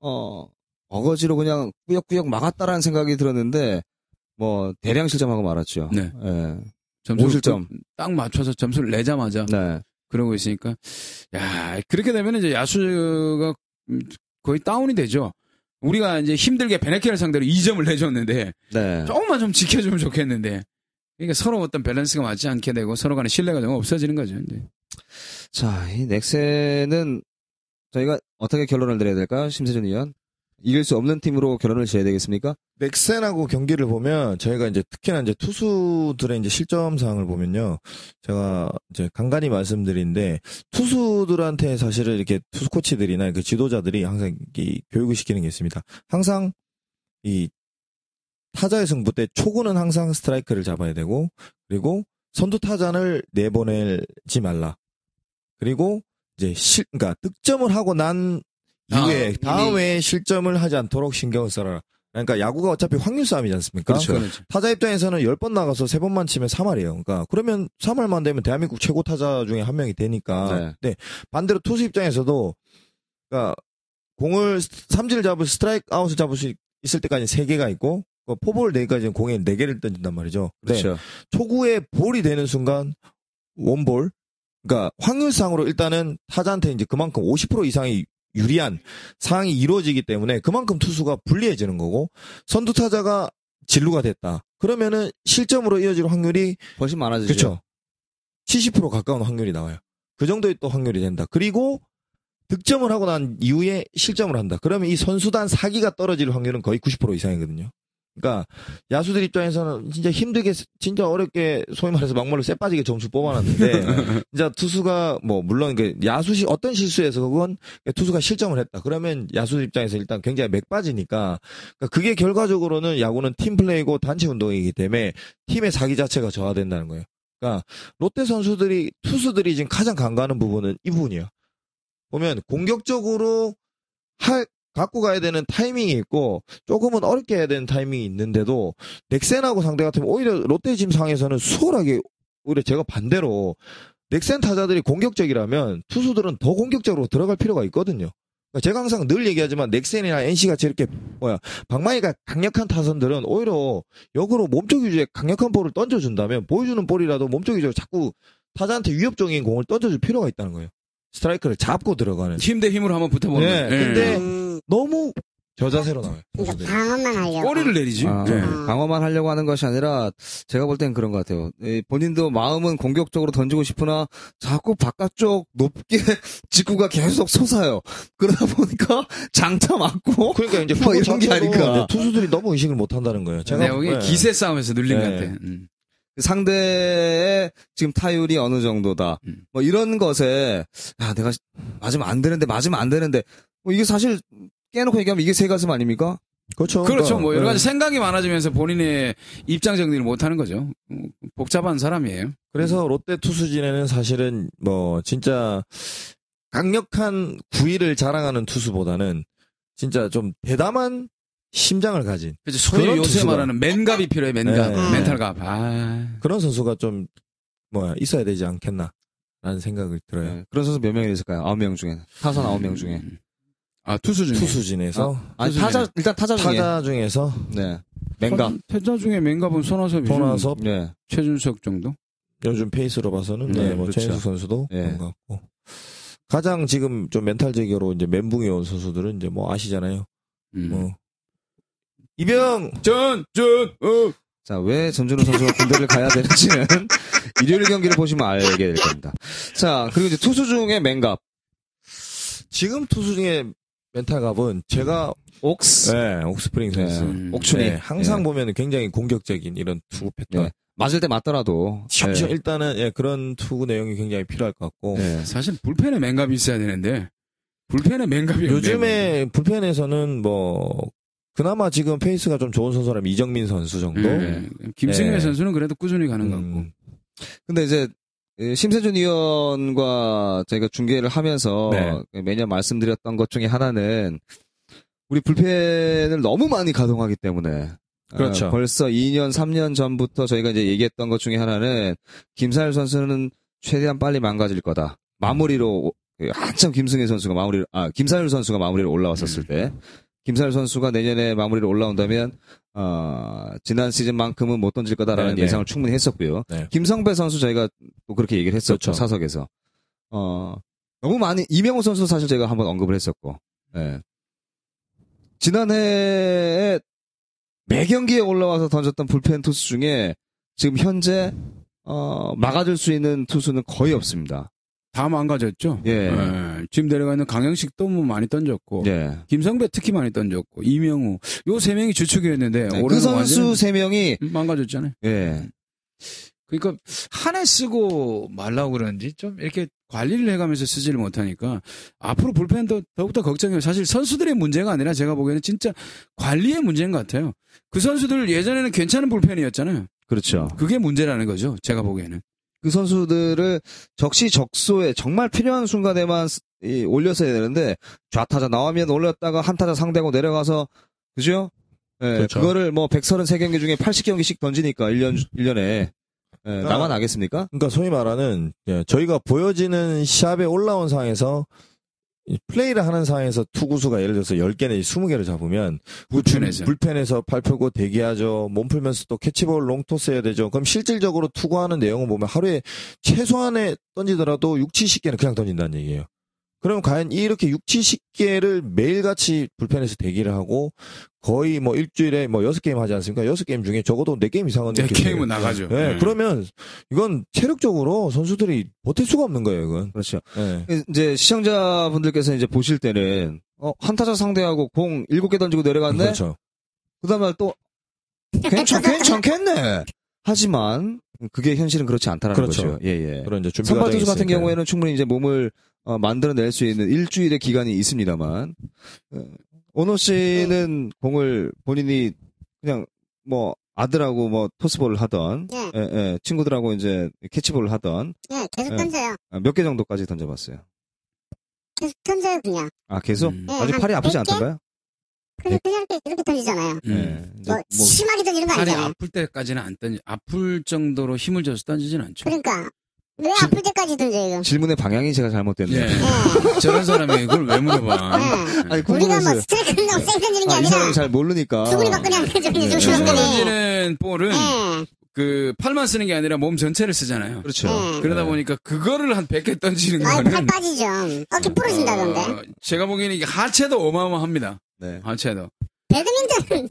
Speaker 2: 어 어거지로 그냥 꾸역꾸역 막았다라는 생각이 들었는데 뭐 대량 실점하고 말았죠.
Speaker 3: 네.
Speaker 2: 예.
Speaker 3: 점수를
Speaker 2: 5실점.
Speaker 3: 딱 맞춰서 점수를 내자마자
Speaker 2: 네.
Speaker 3: 그러고 있으니까 야 그렇게 되면 이제 야수가 음, 거의 다운이 되죠. 우리가 이제 힘들게 베네케를 상대로 2점을 내줬는데
Speaker 2: 네.
Speaker 3: 조금만 좀 지켜주면 좋겠는데 그러니까 서로 어떤 밸런스가 맞지 않게 되고 서로 간에 신뢰가 좀 없어지는 거죠. 이제.
Speaker 2: 자, 이 넥센은 저희가 어떻게 결론을 내려야 될까요? 심세준 위원. 이길 수 없는 팀으로 결론을 지어야 되겠습니까?
Speaker 4: 넥센하고 경기를 보면 저희가 이제 특히나 이제 투수들의 이제 실점 사항을 보면요. 제가 이제 간간히 말씀드린데 투수들한테 사실은 이렇게 투수 코치들이나 그 지도자들이 항상 이 교육을 시키는 게 있습니다. 항상 이 타자의 승부 때 초구는 항상 스트라이크를 잡아야 되고 그리고 선두 타자를 내보내지 말라. 그리고 이제 실 그러니까 득점을 하고 난 이후에
Speaker 3: 아,
Speaker 4: 다음에 실점을 하지 않도록 신경을 써라. 그러니까 야구가 어차피 확률 싸움이지 않습니까? 그러니까
Speaker 3: 그렇죠.
Speaker 4: 타자 입장에서는 10번 나가서 3번만 치면 3할이에요. 그러니까 그러면 3할만 되면 대한민국 최고 타자 중에 한 명이 되니까.
Speaker 2: 네.
Speaker 4: 네. 반대로 투수 입장에서도 그러니까 공을 스- 삼진을 잡을 스트라이크 아웃을 잡을 수 있- 있을 때까지 4개가 있고 그 포볼 4개까지는 공에 4개를 던진단 말이죠. 네.
Speaker 2: 그렇죠.
Speaker 4: 초구에 볼이 되는 순간 원볼 그러니까 확률상으로 일단은 타자한테 이제 그만큼 50% 이상이 유리한 상황이 이루어지기 때문에 그만큼 투수가 불리해지는 거고 선두 타자가 진루가 됐다. 그러면은 실점으로 이어질 확률이
Speaker 2: 훨씬 많아지죠.
Speaker 4: 그렇죠. 70% 가까운 확률이 나와요. 그 정도의 또 확률이 된다. 그리고 득점을 하고 난 이후에 실점을 한다. 그러면 이 선수단 사기가 떨어질 확률은 거의 90% 이상이거든요. 그러니까 야수들 입장에서는 진짜 힘들게 진짜 어렵게 소위 말해서 막말로 쎄 빠지게 점수
Speaker 2: (laughs)
Speaker 4: 뽑아놨는데 진짜 투수가 뭐 물론 그 야수시 어떤 실수에서 그건 투수가 실점을 했다. 그러면 야수들 입장에서 일단 굉장히 맥 빠지니까 그러니까 그게 결과적으로는 야구는 팀 플레이고 단체 운동이기 때문에 팀의 사기 자체가 저하된다는 거예요. 그러니까 롯데 선수들이 투수들이 지금 가장 간과하는 부분은 이 부분이에요. 보면 공격적으로 할 갖고 가야 되는 타이밍이 있고 조금은 어렵게 해야 되는 타이밍이 있는데도 넥센하고 상대 같으면 오히려 롯데 지금 상에서는 수월하게 오히려 제가 반대로 넥센 타자들이 공격적이라면 투수들은 더 공격적으로 들어갈 필요가 있거든요. 그러니까 제가 항상 늘 얘기하지만 넥센이나 NC 같이 이렇게 뭐야 방망이가 강력한 타선들은 오히려 역으로 몸쪽 위주의 강력한 볼을 던져준다면 보여주는 볼이라도 몸쪽 위주로 자꾸 타자한테 위협적인 공을 던져줄 필요가 있다는 거예요. 스트라이크를 잡고 들어가는.
Speaker 3: 힘 대 힘으로 한번 붙어보는.
Speaker 4: 네, 근데
Speaker 1: 음,
Speaker 4: 너무 저자세로 나와요.
Speaker 1: 그러니까 방어만 하려고.
Speaker 3: 네. 꼬리를 내리지.
Speaker 2: 아,
Speaker 3: 네.
Speaker 2: 방어만 하려고 하는 것이 아니라 제가 볼 땐 그런 것 같아요. 이 본인도 마음은 공격적으로 던지고 싶으나 자꾸 바깥쪽 높게 (laughs) 직구가 계속 솟아요. 그러다 보니까 (laughs) 장타 맞고 (laughs)
Speaker 4: 그러니까 이제
Speaker 2: 뭐 이런 게
Speaker 4: 자체도
Speaker 2: 아닐까.
Speaker 4: 이제 투수들이 너무 의식을 못 한다는 거예요. 제가
Speaker 3: 내가 보기엔
Speaker 4: 네.
Speaker 3: 기세 싸움에서 눌린 것
Speaker 4: 네.
Speaker 3: 같아. 음.
Speaker 2: 상대의 지금 타율이 어느 정도다.
Speaker 3: 음.
Speaker 2: 뭐 이런 것에 야 내가 맞으면 안 되는데 맞으면 안 되는데 뭐 이게 사실 깨놓고 얘기하면 이게 세 가슴 아닙니까?
Speaker 4: 그렇죠.
Speaker 3: 그렇죠.
Speaker 4: 그러니까,
Speaker 3: 뭐 여러
Speaker 4: 네.
Speaker 3: 가지 생각이 많아지면서 본인의 입장 정리를 못 하는 거죠. 음, 복잡한 사람이에요.
Speaker 4: 그래서 롯데 투수진에는 사실은 뭐 진짜 강력한 구위를 자랑하는 투수보다는 진짜 좀 대담한 심장을 가진
Speaker 3: 그래서 소위
Speaker 4: 그런
Speaker 3: 요새
Speaker 4: 투수가-
Speaker 3: 말하는 맨갑이 필요해. 맨갑,
Speaker 4: 네.
Speaker 3: 멘탈갑. 아,
Speaker 4: 그런 선수가 좀 뭐야 있어야 되지 않겠나라는 생각을 들어요.
Speaker 2: 네. 그런 선수 몇 명이 있을까요? 아홉 명 중에 타선 아홉 명 중에
Speaker 3: 아 투수 중에
Speaker 4: 투수진에서
Speaker 2: 아니
Speaker 3: 투수 중에.
Speaker 2: 타자 일단 타자 중에
Speaker 4: 타자 중에서
Speaker 2: 네 맹가
Speaker 3: 태자 중에 맨갑은 손아섭이
Speaker 4: 손아섭
Speaker 2: 네
Speaker 3: 최준석 정도.
Speaker 4: 요즘 페이스로 봐서는
Speaker 2: 네,
Speaker 4: 네, 뭐
Speaker 2: 그렇죠.
Speaker 4: 최인수 선수도
Speaker 2: 예.
Speaker 4: 그런 것 같고 가장 지금 좀 멘탈 제기로 이제 멘붕이 온 선수들은 이제 뭐 아시잖아요.
Speaker 3: 음.
Speaker 4: 뭐 이병
Speaker 3: 전준 어.
Speaker 2: 자, 왜 전준우 선수가 군대를 가야
Speaker 3: (laughs)
Speaker 2: 되는지는 일요일 경기를 보시면 알게 될 겁니다. 자, 그리고 이제 투수 중에 맹갑,
Speaker 4: 지금 투수 중에 멘탈갑은 제가
Speaker 2: 옥스,
Speaker 4: 네, 옥스프링
Speaker 2: 네,
Speaker 4: 선수
Speaker 3: 음.
Speaker 2: 옥춘이.
Speaker 4: 네, 항상
Speaker 2: 예.
Speaker 4: 보면 굉장히 공격적인 이런 투구 패턴
Speaker 2: 네. 맞을 때 맞더라도.
Speaker 4: 시험
Speaker 2: 예.
Speaker 4: 일단은 예, 그런 투구 내용이 굉장히 필요할 것 같고
Speaker 2: 예.
Speaker 3: 사실 불펜에 맨갑이 있어야 되는데 불펜에 맨갑이 없네요.
Speaker 4: 요즘에 불펜에서는 뭐 그나마 지금 페이스가 좀 좋은 선수라면 이정민 선수 정도
Speaker 3: 음. 김승현
Speaker 4: 예.
Speaker 3: 선수는 그래도 꾸준히 가는 것 같고.
Speaker 4: 뭐? 음,
Speaker 2: 근데 이제, 예, 심세준 의원과 저희가 중계를 하면서
Speaker 4: 네.
Speaker 2: 매년 말씀드렸던 것 중에 하나는 우리 불펜을 너무 많이 가동하기 때문에
Speaker 4: 그렇죠.
Speaker 2: 아, 벌써 2년, 3년 전부터 저희가 이제 얘기했던 것 중에 하나는 김사일 선수는 최대한 빨리 망가질 거다. 마무리로 오- 예, 한참 김승희 선수가 마무리 아 김상률 선수가 마무리로
Speaker 4: 음.
Speaker 2: 올라왔었을 때 김상률 선수가 내년에 마무리로 올라온다면 어, 지난 시즌만큼은 못 던질 거다라는
Speaker 4: 네, 네.
Speaker 2: 예상을 충분히 했었고요.
Speaker 4: 네.
Speaker 2: 김성배 선수 저희가 또 그렇게 얘기를 했었죠
Speaker 4: 그렇죠.
Speaker 2: 사석에서 어, 너무 많이 이명호 선수 사실 제가 한번 언급을 했었고 예. 지난해에 매 경기에 올라와서 던졌던 불펜 투수 중에 지금 현재 어, 막아줄 수 있는 투수는 거의 없습니다.
Speaker 3: 다 망가졌죠. 네.
Speaker 2: 예.
Speaker 3: 지금 내려가 있는 강영식도 뭐 많이 던졌고
Speaker 2: 예.
Speaker 3: 김성배 특히 많이 던졌고 이명우 요 세 명이 주축이었는데
Speaker 2: 네, 그
Speaker 3: 올해는
Speaker 2: 선수
Speaker 3: 완전히
Speaker 2: 세 명이
Speaker 3: 망가졌잖아요.
Speaker 2: 예.
Speaker 3: 그러니까 한 해 쓰고 말라고 그러는지 좀 이렇게 관리를 해가면서 쓰지를 못하니까 앞으로 불펜도 더욱더 걱정이에요. 사실 선수들의 문제가 아니라 제가 보기에는 진짜 관리의 문제인 것 같아요. 그 선수들 예전에는 괜찮은 불펜이었잖아요.
Speaker 2: 그렇죠.
Speaker 3: 그게 문제라는 거죠. 제가 보기에는.
Speaker 2: 그 선수들을 적시적소에 정말 필요한 순간에만 쓰- 이, 올렸어야 되는데 좌타자 나오면 올렸다가 한타자 상대하고 내려가서 그죠? 예,
Speaker 4: 그렇죠.
Speaker 2: 그거를뭐 133경기 중에 80경기씩 던지니까 1년 1년에 예,
Speaker 4: 아.
Speaker 2: 나만 나겠습니까?
Speaker 4: 그러니까 소위 말하는 예, 저희가 보여지는 시합에 올라온 상황에서 이 플레이를 하는 상황에서 투구수가 예를 들어서 10개 내지 20개를 잡으면 그 준-
Speaker 3: 불펜에서.
Speaker 4: 불펜에서 팔 펴고 대기하죠. 몸 풀면서 또 캐치볼 롱토스 해야 되죠. 그럼 실질적으로 투구하는 내용을 보면 하루에 최소한에 던지더라도 6, 70개는 그냥 던진다는 얘기예요. 그럼 과연 이렇게 6, 70개를 매일같이 불펜에서 대기를 하고 거의 뭐 일주일에 뭐 6게임 하지 않습니까? 6게임 중에 적어도 4게임 이상은
Speaker 3: 내
Speaker 4: 이렇게
Speaker 3: 네 게임은 나가죠.
Speaker 4: 예,
Speaker 3: 예.
Speaker 4: 그러면 이건 체력적으로 선수들이 버틸 수가 없는 거예요, 이건.
Speaker 2: 그렇죠.
Speaker 4: 예.
Speaker 2: 이제 시청자분들께서 이제 보실 때는 어, 한타자 상대하고 공 7개 던지고 내려갔네.
Speaker 4: 그렇죠.
Speaker 2: 그다음에 또 괜찮 괜찮겠네. 하지만 그게 현실은 그렇지 않다라는
Speaker 4: 그렇죠.
Speaker 2: 거죠. 예, 예.
Speaker 4: 그런 이제 준비
Speaker 2: 선발
Speaker 4: 과정이
Speaker 2: 투수 같은
Speaker 4: 있으니까요.
Speaker 2: 경우에는 충분히 이제 몸을 어, 만들어낼 수 있는 일주일의 기간이 있습니다만 어, 오노 씨는 공을 본인이 그냥 뭐 아들하고 뭐 토스볼을 하던
Speaker 1: 네.
Speaker 2: 예, 예, 친구들하고 이제 캐치볼을 하던
Speaker 1: 예, 계속
Speaker 3: 네.
Speaker 2: 예.
Speaker 1: 던져요.
Speaker 2: 몇 개 정도까지 던져봤어요.
Speaker 1: 계속 던져요, 그냥.
Speaker 2: 아 계속
Speaker 3: 음.
Speaker 1: 예,
Speaker 2: 아주
Speaker 1: 한
Speaker 2: 팔이 아프지
Speaker 1: 100 개?
Speaker 2: 않던가요?
Speaker 1: 그래서 그냥 이렇게, 이렇게 던지잖아요.
Speaker 3: 음.
Speaker 2: 예, 이제
Speaker 1: 뭐,
Speaker 2: 뭐
Speaker 1: 심하게 던지는 거
Speaker 3: 팔이
Speaker 1: 아니잖아요.
Speaker 3: 아플 때까지는 안 던지, 아플 정도로 힘을 줘서 던지진 않죠.
Speaker 1: 그러니까. 왜 아플 때까지 던져요, 이거?
Speaker 2: 질문의 방향이 제가 잘못됐네요.
Speaker 3: 예.
Speaker 1: 예.
Speaker 3: 저런 사람이 그걸 왜 물어봐.
Speaker 1: 예.
Speaker 2: (laughs) 아니
Speaker 1: 우리가 뭐
Speaker 2: 궁금해서
Speaker 1: 스트라이크 끝나고 쌩 던지는 게
Speaker 2: 아, 이
Speaker 1: 아니라
Speaker 2: 사람이 잘 모르니까
Speaker 1: 수분이
Speaker 4: 음.
Speaker 1: 바꾸냐 그냥
Speaker 2: 예,
Speaker 1: 좀
Speaker 2: 예.
Speaker 1: 주는 거네.
Speaker 3: 던지는 볼은
Speaker 1: 예.
Speaker 3: 그 팔만 쓰는 게 아니라 몸 전체를 쓰잖아요.
Speaker 2: 그렇죠.
Speaker 1: 예.
Speaker 3: 그러다 보니까 그거를 한 100개 던지는
Speaker 1: 아이 팔
Speaker 3: 거는
Speaker 1: 빠지죠. 어깨
Speaker 2: 아,
Speaker 1: 부러진다던데.
Speaker 3: 어, 제가 보기에는 이게 하체도 어마어마합니다.
Speaker 2: 네.
Speaker 3: 하체도.
Speaker 1: 배드민턴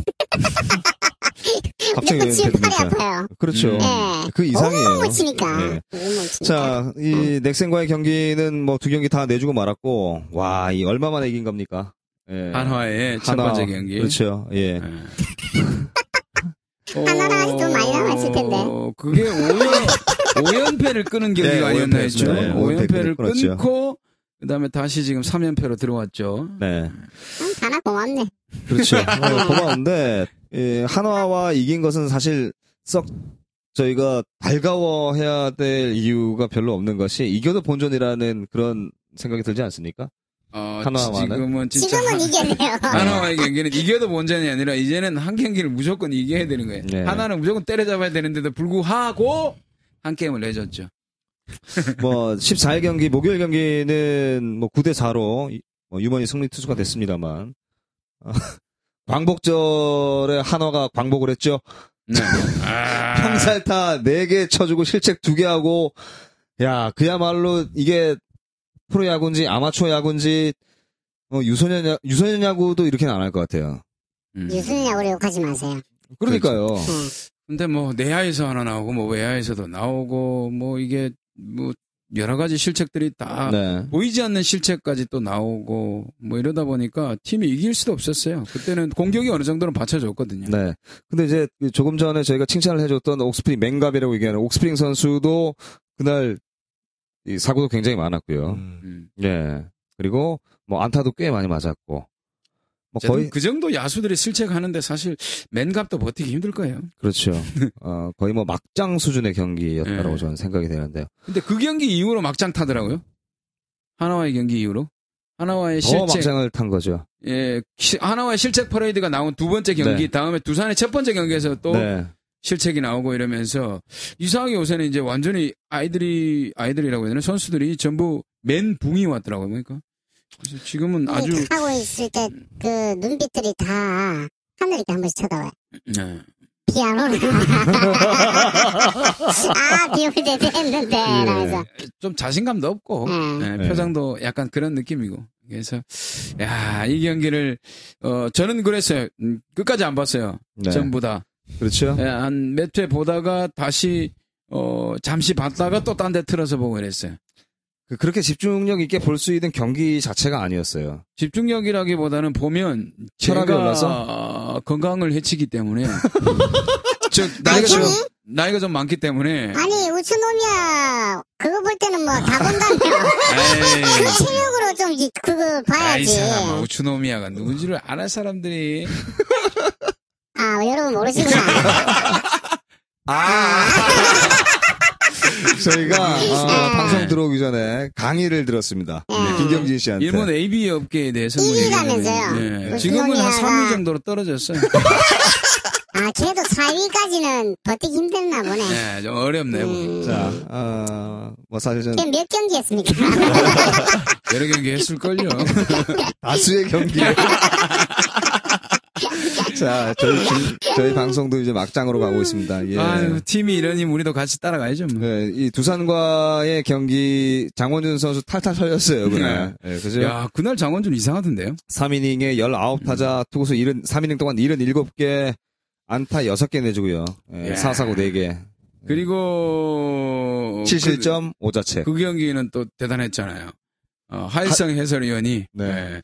Speaker 2: 갑자기 왜
Speaker 1: 몇번 치면 네, 그 팔이
Speaker 2: 배드민턴?
Speaker 1: 아파요.
Speaker 2: 그렇죠.
Speaker 3: 음.
Speaker 1: 예.
Speaker 2: 그 이상이에요.
Speaker 1: 너무 못 치니까.
Speaker 2: 예.
Speaker 1: 너무 못 치니까.
Speaker 2: 자, 이 넥센과의 경기는 뭐 두 경기 다 내주고 말았고, 와, 이 얼마 만에 이긴 겁니까? 예.
Speaker 3: 한화의 첫
Speaker 2: 하나,
Speaker 3: 번째 경기.
Speaker 2: 그렇죠. 예.
Speaker 1: 하나랑 아직 좀 많이 남아있을 텐데.
Speaker 3: 어, 그게 5연, 5연패를 끄는 경기가
Speaker 2: 네,
Speaker 3: 아니었나 했죠.
Speaker 2: 오연패였습니다. 네, 오연패를
Speaker 3: 5연패를
Speaker 2: 끊었죠.
Speaker 3: 끊고, 그 다음에 다시 지금 3연패로 들어왔죠.
Speaker 2: 네.
Speaker 1: 음, 하나 고맙네.
Speaker 3: (laughs)
Speaker 2: 그렇죠. 어, 고마운데, 예, 한화와 이긴 것은 사실 썩 저희가 달가워해야 될 이유가 별로 없는 것이 이겨도 본전이라는 그런 생각이 들지 않습니까?
Speaker 3: 어,
Speaker 2: 하나와는?
Speaker 3: 지금은 진짜.
Speaker 1: 지금은
Speaker 3: 하-
Speaker 1: 이겼네요.
Speaker 2: 아,
Speaker 3: 하나와의 경기는 이겨도 본전이 아니라 이제는 한 경기를 무조건 이겨야 되는 거예요.
Speaker 2: 네.
Speaker 3: 하나는 무조건 때려잡아야 되는데도 불구하고 한 게임을 내줬죠.
Speaker 2: 뭐 14일 경기 목요일 경기는 뭐 9대 4로 뭐 유머니 승리 투수가 됐습니다만 (laughs) 아, 광복절에 한화가 광복을 했죠.
Speaker 3: 네. 아.
Speaker 2: 평살타 4개 쳐주고 실책 2개 하고 야 그야말로 이게 프로 야구인지 아마추어 야구인지 어, 유소년 야, 유소년 야구도 이렇게는 안 할 것 같아요.
Speaker 3: 음.
Speaker 1: 유순이라고 욕하지 마세요.
Speaker 2: 그러니까요.
Speaker 1: 예.
Speaker 3: 근데 뭐 내야에서 하나 나오고 뭐 외야에서도 나오고 뭐 이게 뭐 여러 가지 실책들이 다
Speaker 2: 네.
Speaker 3: 보이지 않는 실책까지 또 나오고 뭐 이러다 보니까 팀이 이길 수도 없었어요. 그때는 공격이 어느 정도는 받쳐줬거든요.
Speaker 2: 네. 근데 이제 조금 전에 저희가 칭찬을 해줬던 옥스프링 맹갑이라고 얘기하는 옥스프링 선수도 그날 이 사고도 굉장히 많았고요.
Speaker 4: 음.
Speaker 3: 음.
Speaker 2: 예. 그리고 뭐 안타도 꽤 많이 맞았고. 뭐
Speaker 3: 어쨌든
Speaker 2: 거의
Speaker 3: 그 정도 야수들이 실책하는데 사실 맨갑도 버티기 힘들 거예요. (laughs)
Speaker 2: 그렇죠. 어, 거의 뭐 막장 수준의 경기였다고
Speaker 3: 예.
Speaker 2: 저는 생각이 되는데요.
Speaker 3: 근데 그 경기 이후로 막장 타더라고요. 하나와의 경기 이후로 하나와의
Speaker 2: 더
Speaker 3: 실책
Speaker 2: 막장을 탄 거죠.
Speaker 3: 예 시- 하나와의 실책 퍼레이드가 나온 두 번째 경기
Speaker 2: 네.
Speaker 3: 다음에 두산의 첫 번째 경기에서 또
Speaker 2: 네.
Speaker 3: 실책이 나오고 이러면서 이상하게 요새는 이제 완전히 아이들이 아이들이라고 해야 되나 선수들이 전부 맨 붕이 왔더라고요. 그러니까 그래서 지금은 아주 음.
Speaker 1: 이 네, 하고 있을 때 그 눈빛들이 다 하늘이 한 번씩 쳐다봐요.
Speaker 3: 네.
Speaker 1: 비
Speaker 3: (laughs)
Speaker 1: 안 오나? (laughs) 아, 비 올 때 됐는데.
Speaker 3: 예.
Speaker 1: 라면서.
Speaker 3: 좀 자신감도 없고
Speaker 1: 음.
Speaker 3: 예,
Speaker 2: 네.
Speaker 3: 표정도 약간 그런 느낌이고 그래서 야 이 경기를 어 저는 그랬어요 음, 끝까지 안 봤어요
Speaker 2: 네.
Speaker 3: 전부 다 네,
Speaker 2: 그렇죠.
Speaker 3: 한 몇 회 보다가 다시 어 잠시 봤다가 또 딴 데 틀어서 보고 그랬어요
Speaker 2: 그- 그렇게 집중력 있게 볼 수 있는 경기 자체가 아니었어요.
Speaker 3: 집중력이라기보다는 보면
Speaker 2: 혈압이
Speaker 3: 제가
Speaker 2: 올라서?
Speaker 3: 건강을 해치기 때문에 즉
Speaker 1: 아니,
Speaker 2: 그러니까
Speaker 3: 나이가 좀 그렇죠. 나이가 좀 많기 때문에
Speaker 1: 아니, 우츠노미야, 그거 볼 때는 뭐 다
Speaker 3: (laughs)
Speaker 1: 본다며.
Speaker 3: 에이.
Speaker 1: 그 체력으로 좀, 이- 그거
Speaker 3: 예.
Speaker 1: 봐야지.
Speaker 3: 아이 사람아 뭐. 우츠노미야가 누군지를 알아 사람들이
Speaker 1: 아, 여러분
Speaker 3: (laughs)
Speaker 1: 모르시구나.
Speaker 2: 아! (laughs) 저희가 어, 방송 들어오기 전에 강의를 들었습니다.
Speaker 1: 네.
Speaker 2: 김경진 씨한테.
Speaker 3: 일본 AB 업계에 대해서 뭐
Speaker 1: 일위라면서요.
Speaker 3: 얘기하면은, 예,
Speaker 1: 우스노미아가-
Speaker 3: 지금은 한 3위 정도로 떨어졌어요.
Speaker 1: 아, 걔도 4위까지는 버티기 힘들나 보네.
Speaker 3: 예, 좀 어렵네요.
Speaker 1: 음.
Speaker 2: 자, 어, 뭐 사실 은
Speaker 3: 음.
Speaker 1: 걔몇 경기였습니까?
Speaker 3: 아, 여러 경기 했을걸요.
Speaker 2: 다수의 경기. (laughs) 자, 저희, 지- 저희 방송도 이제 막장으로 가고 있습니다. 예.
Speaker 3: 아유, 팀이 이러니 우리도 같이 따라가야죠. 뭐.
Speaker 2: 예, 이 두산과의 경기 장원준 선수 탈탈 털렸어요, 그날. 예, 그죠?
Speaker 3: 네. 야, 그날 장원 좀 이상하던데요?
Speaker 2: 3이닝에 19타자, 투구수 70, 3이닝 동안 77개, 안타 6개 내주고요.
Speaker 3: 야.
Speaker 2: 예, 4사고 4개.
Speaker 3: 그리고.
Speaker 2: 7실점, 5자책.
Speaker 3: 그, 그 경기는 또 대단했잖아요. 어, 하일성 해설위원이.
Speaker 2: 네.
Speaker 3: 예,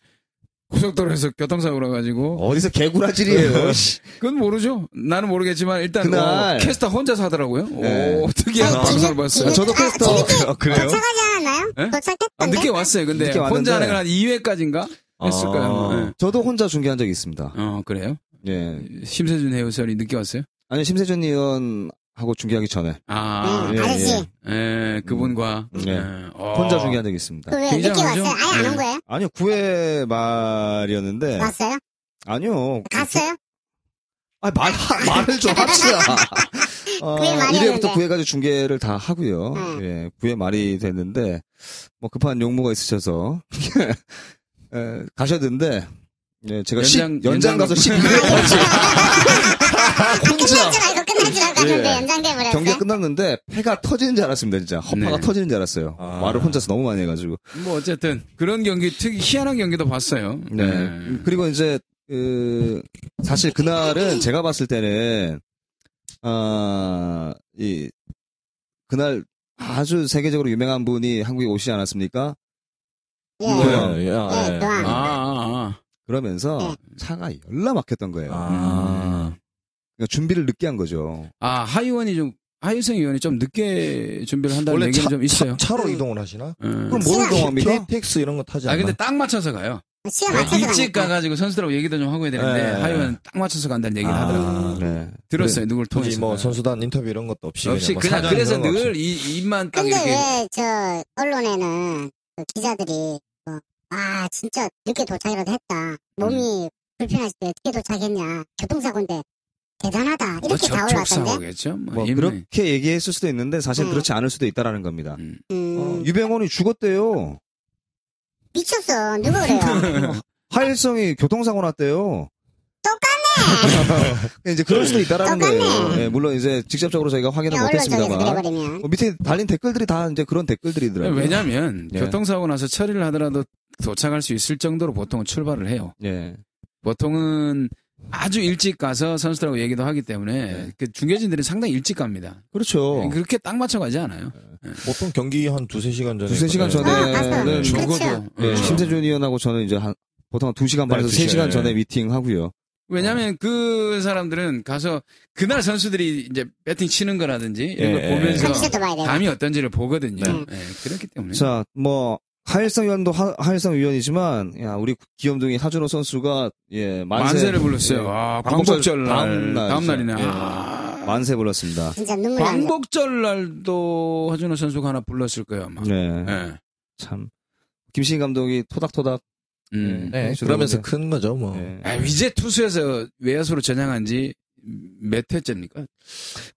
Speaker 3: 고속도로에서 교통사고라 가지고
Speaker 2: 어디서 개구라질이에요. (laughs) 씨.
Speaker 3: 그건 모르죠. 나는 모르겠지만 일단
Speaker 2: 그날-
Speaker 3: 어, 캐스터 혼자서 하더라고요.
Speaker 2: 네.
Speaker 3: 오 특이한
Speaker 1: 아니,
Speaker 3: 방송을
Speaker 1: (laughs) 지금-
Speaker 3: 봤어요.
Speaker 2: 저도
Speaker 1: 아,
Speaker 2: 캐스터.
Speaker 1: 재밌게
Speaker 2: 아, 그래요?
Speaker 1: 도착하지 않았나요?
Speaker 3: 예? 아,
Speaker 1: 도착했던데? 네,
Speaker 3: 늦게 왔어요. 근데
Speaker 2: 늦게 왔는데.
Speaker 3: 혼자 하는 건 한 2회까지인가 했을 거예요.
Speaker 2: 아,
Speaker 3: 네.
Speaker 2: 저도 혼자 중계한 적이 있습니다.
Speaker 3: 어 그래요?
Speaker 2: 예.
Speaker 3: 심세준 해설이 늦게 왔어요?
Speaker 2: 아니, 심세준 의원하고 중계하기 전에.
Speaker 3: 아,
Speaker 2: 예,
Speaker 1: 응, 아저씨.
Speaker 2: 예.
Speaker 3: 예, 그분과
Speaker 2: 네.
Speaker 3: 예, 어.
Speaker 2: 혼자 중계한 적이 있습니다.
Speaker 1: 그 왜 늦게
Speaker 3: 굉장하죠?
Speaker 1: 왔어요? 아예 안
Speaker 3: 예.
Speaker 1: 온 거예요?
Speaker 2: 아니요, 9회 말이었는데.
Speaker 1: 왔어요?
Speaker 2: 아니요.
Speaker 1: 갔어요?
Speaker 2: 아, 말, 하- 말을 좀 (laughs) 합시다. 어,
Speaker 1: 구회 말이었는데.
Speaker 2: 1회부터 9회까지 중계를 다 하고요.
Speaker 1: 응.
Speaker 2: 예, 9회 말이 됐는데, 뭐 급한 용무가 있으셔서, (laughs) 에, 가셨는데, 예, 제가
Speaker 3: 연장-
Speaker 2: 시- 연장 가서
Speaker 3: 연장-
Speaker 2: (laughs) 12회까지
Speaker 1: 끝날 줄 알고 끝날 줄 알고
Speaker 2: 예.
Speaker 1: 갔는데 연장돼 버렸어요.
Speaker 2: 경기가 끝났는데, 패가 터지는 줄 알았습니다, 진짜. 허파가
Speaker 3: 네.
Speaker 2: 터지는 줄 알았어요.
Speaker 4: 아.
Speaker 2: 말을 혼자서 너무 많이 해가지고.
Speaker 3: 뭐 어쨌든 그런 경기 특이 희한한 경기도 봤어요.
Speaker 2: 네.
Speaker 3: 예.
Speaker 2: 그리고 이제, 그, 사실 그날은 제가 봤을 때는, 아, 이, 그날 아주 세계적으로 유명한 분이 한국에 오시지 않았습니까?
Speaker 1: 예.
Speaker 3: 네,
Speaker 2: 뭐야?
Speaker 4: 예, 예.
Speaker 1: 예,
Speaker 2: 음.
Speaker 1: 노아.
Speaker 3: 아, 아,
Speaker 2: 그러면서 차가 열나 막혔던 거예요.
Speaker 3: 아.
Speaker 4: 아.
Speaker 2: 그러니까 준비를 늦게 한 거죠.
Speaker 3: 아, 하이원이 좀 하이성 의원이 좀 늦게 준비를 한다는
Speaker 4: 원래
Speaker 3: 얘기는
Speaker 4: 차,
Speaker 3: 좀 있어요.
Speaker 4: 차, 로 이동을 하시나?
Speaker 3: 예.
Speaker 2: 그럼 뭘
Speaker 1: 시간-
Speaker 2: 운동합니까?
Speaker 4: KTX 이런 거 타지
Speaker 3: 아
Speaker 4: 않나?
Speaker 3: 근데 딱 맞춰서 가요.
Speaker 1: 시간 맞춰서
Speaker 3: 아, 네, 일찍
Speaker 1: 가니까.
Speaker 3: 가가지고 선수들하고 얘기도 좀 하고 해야 되는데
Speaker 4: 네.
Speaker 3: 하이원 딱 맞춰서 간다는 얘기를 하더라고. 요
Speaker 4: 아,
Speaker 2: 네.
Speaker 3: 들었어요. 누굴
Speaker 4: 굳이
Speaker 3: 통해서.
Speaker 4: 뭐 선수단 인터뷰 이런 것도 없이
Speaker 3: 없이
Speaker 4: 뭐
Speaker 3: 그냥
Speaker 4: 사전
Speaker 3: 그래서
Speaker 4: 이런 거 없이.
Speaker 3: 늘 이 입만 딱
Speaker 1: 근데
Speaker 3: 이렇게
Speaker 1: 왜 저 언론에는 그 기자들이 뭐, 아 진짜 늦게 도착이라도 했다. 몸이 불편하실 때 어떻게 도착했냐. 교통사고인데 대단하다.
Speaker 3: 뭐
Speaker 1: 이렇게 다 올라왔던데.
Speaker 3: 접촉사고겠죠. 뭐,
Speaker 2: 뭐
Speaker 3: 인맥.
Speaker 2: 그렇게 얘기했을 수도 있는데 사실
Speaker 1: 네.
Speaker 2: 그렇지 않을 수도 있다라는 겁니다.
Speaker 3: 음.
Speaker 2: 어,
Speaker 1: 음,
Speaker 2: 유병원이 죽었대요.
Speaker 1: 미쳤어. 누구 그래요?
Speaker 2: 하일성이 교통사고 났대요. 똑같네. (laughs) 이제 그럴 수도 있다라는
Speaker 1: 똑같네.
Speaker 2: 거예요. 네, 물론 이제 직접적으로 저희가 확인은
Speaker 1: 야, 언론 쪽에서
Speaker 2: 못했습니다만.
Speaker 1: 그래버리면.
Speaker 2: 어, 밑에 달린 댓글들이 다 이제 그런 댓글들이더라고요.
Speaker 3: 왜냐면
Speaker 2: 예.
Speaker 3: 교통사고 나서 처리를 하더라도 도착할 수 있을 정도로 보통은 출발을 해요.
Speaker 2: 예.
Speaker 3: 보통은 아주 일찍 가서 선수들하고 얘기도 하기 때문에
Speaker 2: 네.
Speaker 3: 그 중계진들이 상당히 일찍 갑니다.
Speaker 2: 그렇죠.
Speaker 3: 네, 그렇게 딱 맞춰 가지 않아요.
Speaker 4: 보통 경기 한 두세 시간 전에.
Speaker 2: 두세 시간
Speaker 4: 있거든요.
Speaker 1: 아, 맞아요.
Speaker 2: 전에는
Speaker 1: 그렇죠.
Speaker 3: 적어도.
Speaker 2: 네,
Speaker 3: 어.
Speaker 2: 심세준 의원하고 저는 이제 한 보통 한 2시간 반에서
Speaker 4: 네, 두
Speaker 2: 3시간
Speaker 4: 시간.
Speaker 2: 전에 미팅 하고요.
Speaker 3: 왜냐면 그 사람들은 가서 그날 선수들이 이제 배팅 치는 거라든지 이런 걸
Speaker 2: 예,
Speaker 3: 보면서
Speaker 1: 감시도 봐야 돼요.
Speaker 3: 그러니까 감이 어떤지를 보거든요.
Speaker 1: 네.
Speaker 3: 예, 그렇기 때문에.
Speaker 2: 자, 뭐 하일성 위원도 하, 하일성 위원이지만 야, 우리 기염둥이 하준호 선수가 예, 만세,
Speaker 3: 만세를 불렀어요.
Speaker 2: 예,
Speaker 3: 아,
Speaker 2: 광복절
Speaker 3: 광복절
Speaker 2: 다음
Speaker 3: 날.
Speaker 2: 날이죠.
Speaker 3: 다음 날이네.
Speaker 2: 예.
Speaker 3: 아.
Speaker 2: 만세 불렀습니다.
Speaker 1: 진짜 눈물 나네.
Speaker 3: 광복절 날도 하준호 선수가 하나 불렀을 거예요, 아마.
Speaker 2: 네.
Speaker 3: 예.
Speaker 2: 참 김신 감독이 토닥토닥
Speaker 3: 음.
Speaker 2: 예,
Speaker 4: 네,
Speaker 2: 주로
Speaker 4: 그러면서
Speaker 2: 이제-
Speaker 4: 큰 거죠, 뭐.
Speaker 2: 예.
Speaker 3: 아, 이제 투수에서 외야수로 전향한 지 몇 회째입니까?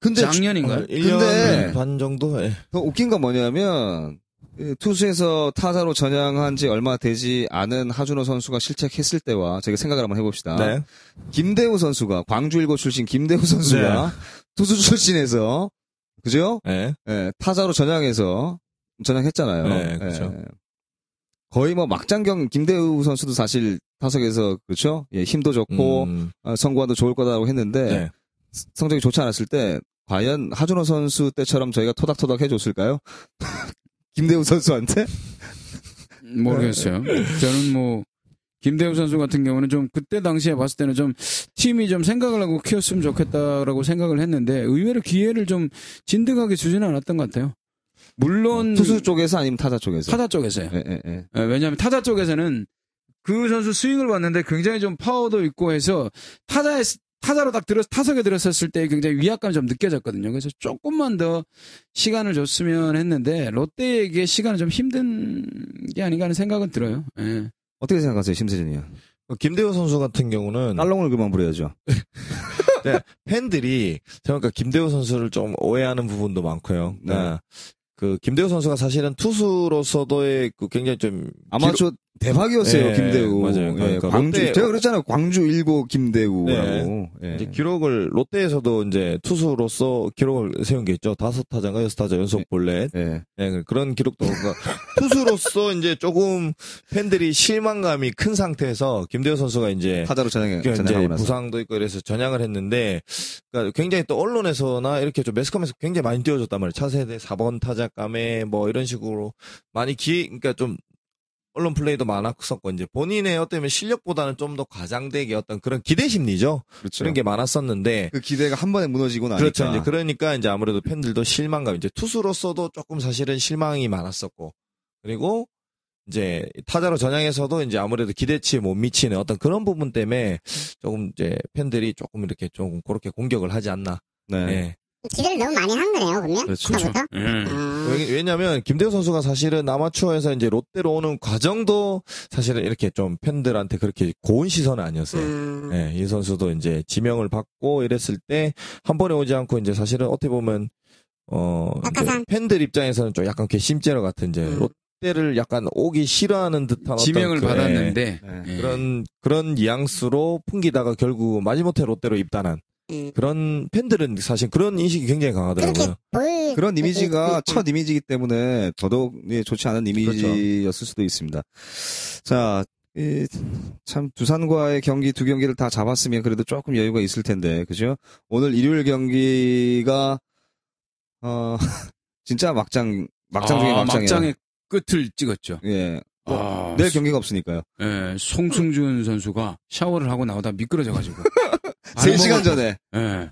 Speaker 2: 근데
Speaker 3: 작년인가요?
Speaker 4: 1년
Speaker 2: 근데-
Speaker 4: 반 정도? 예.
Speaker 2: 더 웃긴 건 뭐냐면 이 투수에서 타자로 전향한 지 얼마 되지 않은 하준호 선수가 실책했을 때와 저희가 생각을 한번 해봅시다.
Speaker 4: 네.
Speaker 2: 김대우 선수가 광주 일고 출신 김대우 선수가
Speaker 4: 네.
Speaker 2: 투수 출신에서 그죠?
Speaker 4: 예.
Speaker 2: 예, 타자로 전향해서 전향했잖아요.
Speaker 4: 네, 그렇죠.
Speaker 2: 예. 거의 뭐 막장경 김대우 선수도 사실 타석에서 그렇죠? 예, 힘도 좋고
Speaker 4: 음,
Speaker 2: 아, 선구안도 좋을 거다라고 했는데
Speaker 4: 네.
Speaker 2: 성적이 좋지 않았을 때 과연 하준호 선수 때처럼 저희가 토닥토닥 해줬을까요? (laughs) 김대우 선수한테?
Speaker 3: 모르겠어요.
Speaker 2: 네.
Speaker 3: 저는 뭐 김대우 선수 같은 경우는 좀 그때 당시에 봤을 때는 좀 팀이 좀 생각을 하고 키웠으면 좋겠다라고 생각을 했는데 의외로 기회를 좀 진득하게 주지는 않았던 것 같아요. 물론
Speaker 2: 투수 쪽에서 아니면 음. 타자 쪽에서?
Speaker 3: 타자 쪽에서요.
Speaker 2: 예, 예, 예.
Speaker 3: 예, 왜냐하면 타자 쪽에서는 그 선수 스윙을 봤는데 굉장히 좀 파워도 있고 해서 타자에 타자로 딱 들어 타석에 들었었을 때 굉장히 위압감이 좀 느껴졌거든요. 그래서 조금만 더 시간을 줬으면 했는데 롯데에게 시간은 좀 힘든 게 아닌가 하는 생각은 들어요. 예.
Speaker 2: 어떻게 생각하세요, 심세준이 요
Speaker 4: 김대호 선수 같은 경우는
Speaker 2: 깔롱을 그만 부려야죠.
Speaker 4: 팬들이 생각보다 김대호 선수를 좀 오해하는 부분도 많고요.
Speaker 2: 네.
Speaker 4: 네. 그 김대호 선수가 사실은 투수로서도의 그 굉장히 좀
Speaker 2: 아마추어 대박이었어요,
Speaker 4: 예,
Speaker 2: 김대우.
Speaker 4: 맞아요.
Speaker 2: 예,
Speaker 4: 그러니까
Speaker 2: 광주,
Speaker 4: 롯데-
Speaker 2: 제가 그랬잖아요. 광주 일고 김대우라고. 예.
Speaker 4: 이제 기록을 롯데에서도 이제 투수로서 기록을 세운 게 있죠. 다섯 타자가 여섯 타자 연속 볼넷
Speaker 2: 예.
Speaker 4: 네, 그런 기록도 그러니까 투수로서 이제 조금 팬들이 실망감이 큰 상태에서 김대호 선수가 이제
Speaker 2: 타자로 전향,
Speaker 4: 그러니까 이제
Speaker 2: 전향하고 나서.
Speaker 4: 부상도 있고 이래서 전향을 했는데 그러니까 굉장히 또 언론에서나 이렇게 좀 매스컴에서 굉장히 많이 띄워줬단 말이에요. 차세대 4번 타자감에 뭐 이런 식으로 많이 기 그러니까 좀 언론 플레이도 많았었고 이제 본인의 어떤 실력보다는 좀 더 과장되게 어떤 그런 기대 심리죠.
Speaker 2: 그렇죠.
Speaker 4: 그런 게 많았었는데
Speaker 2: 그 기대가 한 번에 무너지고 나니까. 네.
Speaker 4: 그렇죠. 이제 그러니까 이제 아무래도 팬들도 실망감 이제 투수로서도 조금 사실은 실망이 많았었고 그리고 이제 타자로 전향해서도 이제 아무래도 기대치에 못 미치는 어떤 그런 부분 때문에 조금 이제 팬들이 조금 이렇게 조금 그렇게 공격을 하지 않나.
Speaker 2: 네.
Speaker 4: 예.
Speaker 1: 기대를 너무 많이 한 거네요, 그러면?
Speaker 2: 그렇죠.
Speaker 1: 처음부터?
Speaker 3: 예.
Speaker 1: 아,
Speaker 4: 왜- 왜냐면 김대호 선수가 사실은 아마추어에서 이제 롯데로 오는 과정도 사실은 이렇게 좀 팬들한테 그렇게 고운 시선은 아니었어요.
Speaker 1: 음,
Speaker 4: 예, 이 선수도 이제 지명을 받고 이랬을 때 한 번에 오지 않고 이제 사실은 어떻게 보면 어
Speaker 1: 약간
Speaker 4: 이제
Speaker 1: 상-
Speaker 4: 팬들 입장에서는 좀 약간 괘씸죄로 같은 이제
Speaker 1: 음.
Speaker 4: 롯데를 약간 오기 싫어하는 듯한
Speaker 3: 지명을
Speaker 2: 예.
Speaker 4: 어떤 그-
Speaker 3: 받았는데
Speaker 2: 네.
Speaker 3: 예.
Speaker 4: 예, 그런 그런 뉘앙스로 풍기다가 결국 마지못해 롯데로 입단한
Speaker 1: 음.
Speaker 4: 그런 팬들은 사실 그런 인식이 굉장히
Speaker 1: 그렇게
Speaker 4: 강하더라고요.
Speaker 1: 보일
Speaker 2: 그런 이미지가
Speaker 1: 음,
Speaker 2: 첫 이미지이기 때문에 더더욱 예, 좋지 않은 이미지였을 수도 있습니다. 자, 이, 참 두산과의 경기 두 경기를 다 잡았으면 그래도 조금 여유가 있을 텐데 그죠? 오늘 일요일 경기가 어 (laughs) 진짜 막장 막장 중에
Speaker 3: 아,
Speaker 2: 막장이에요.
Speaker 3: 막장의 끝을 찍었죠.
Speaker 2: 예,
Speaker 3: 아,
Speaker 2: 내일 경기가 없으니까요.
Speaker 3: 예, 송승준 선수가 샤워를 하고 나오다 미끄러져가지고
Speaker 2: (laughs) 세 시간 전에
Speaker 3: 예.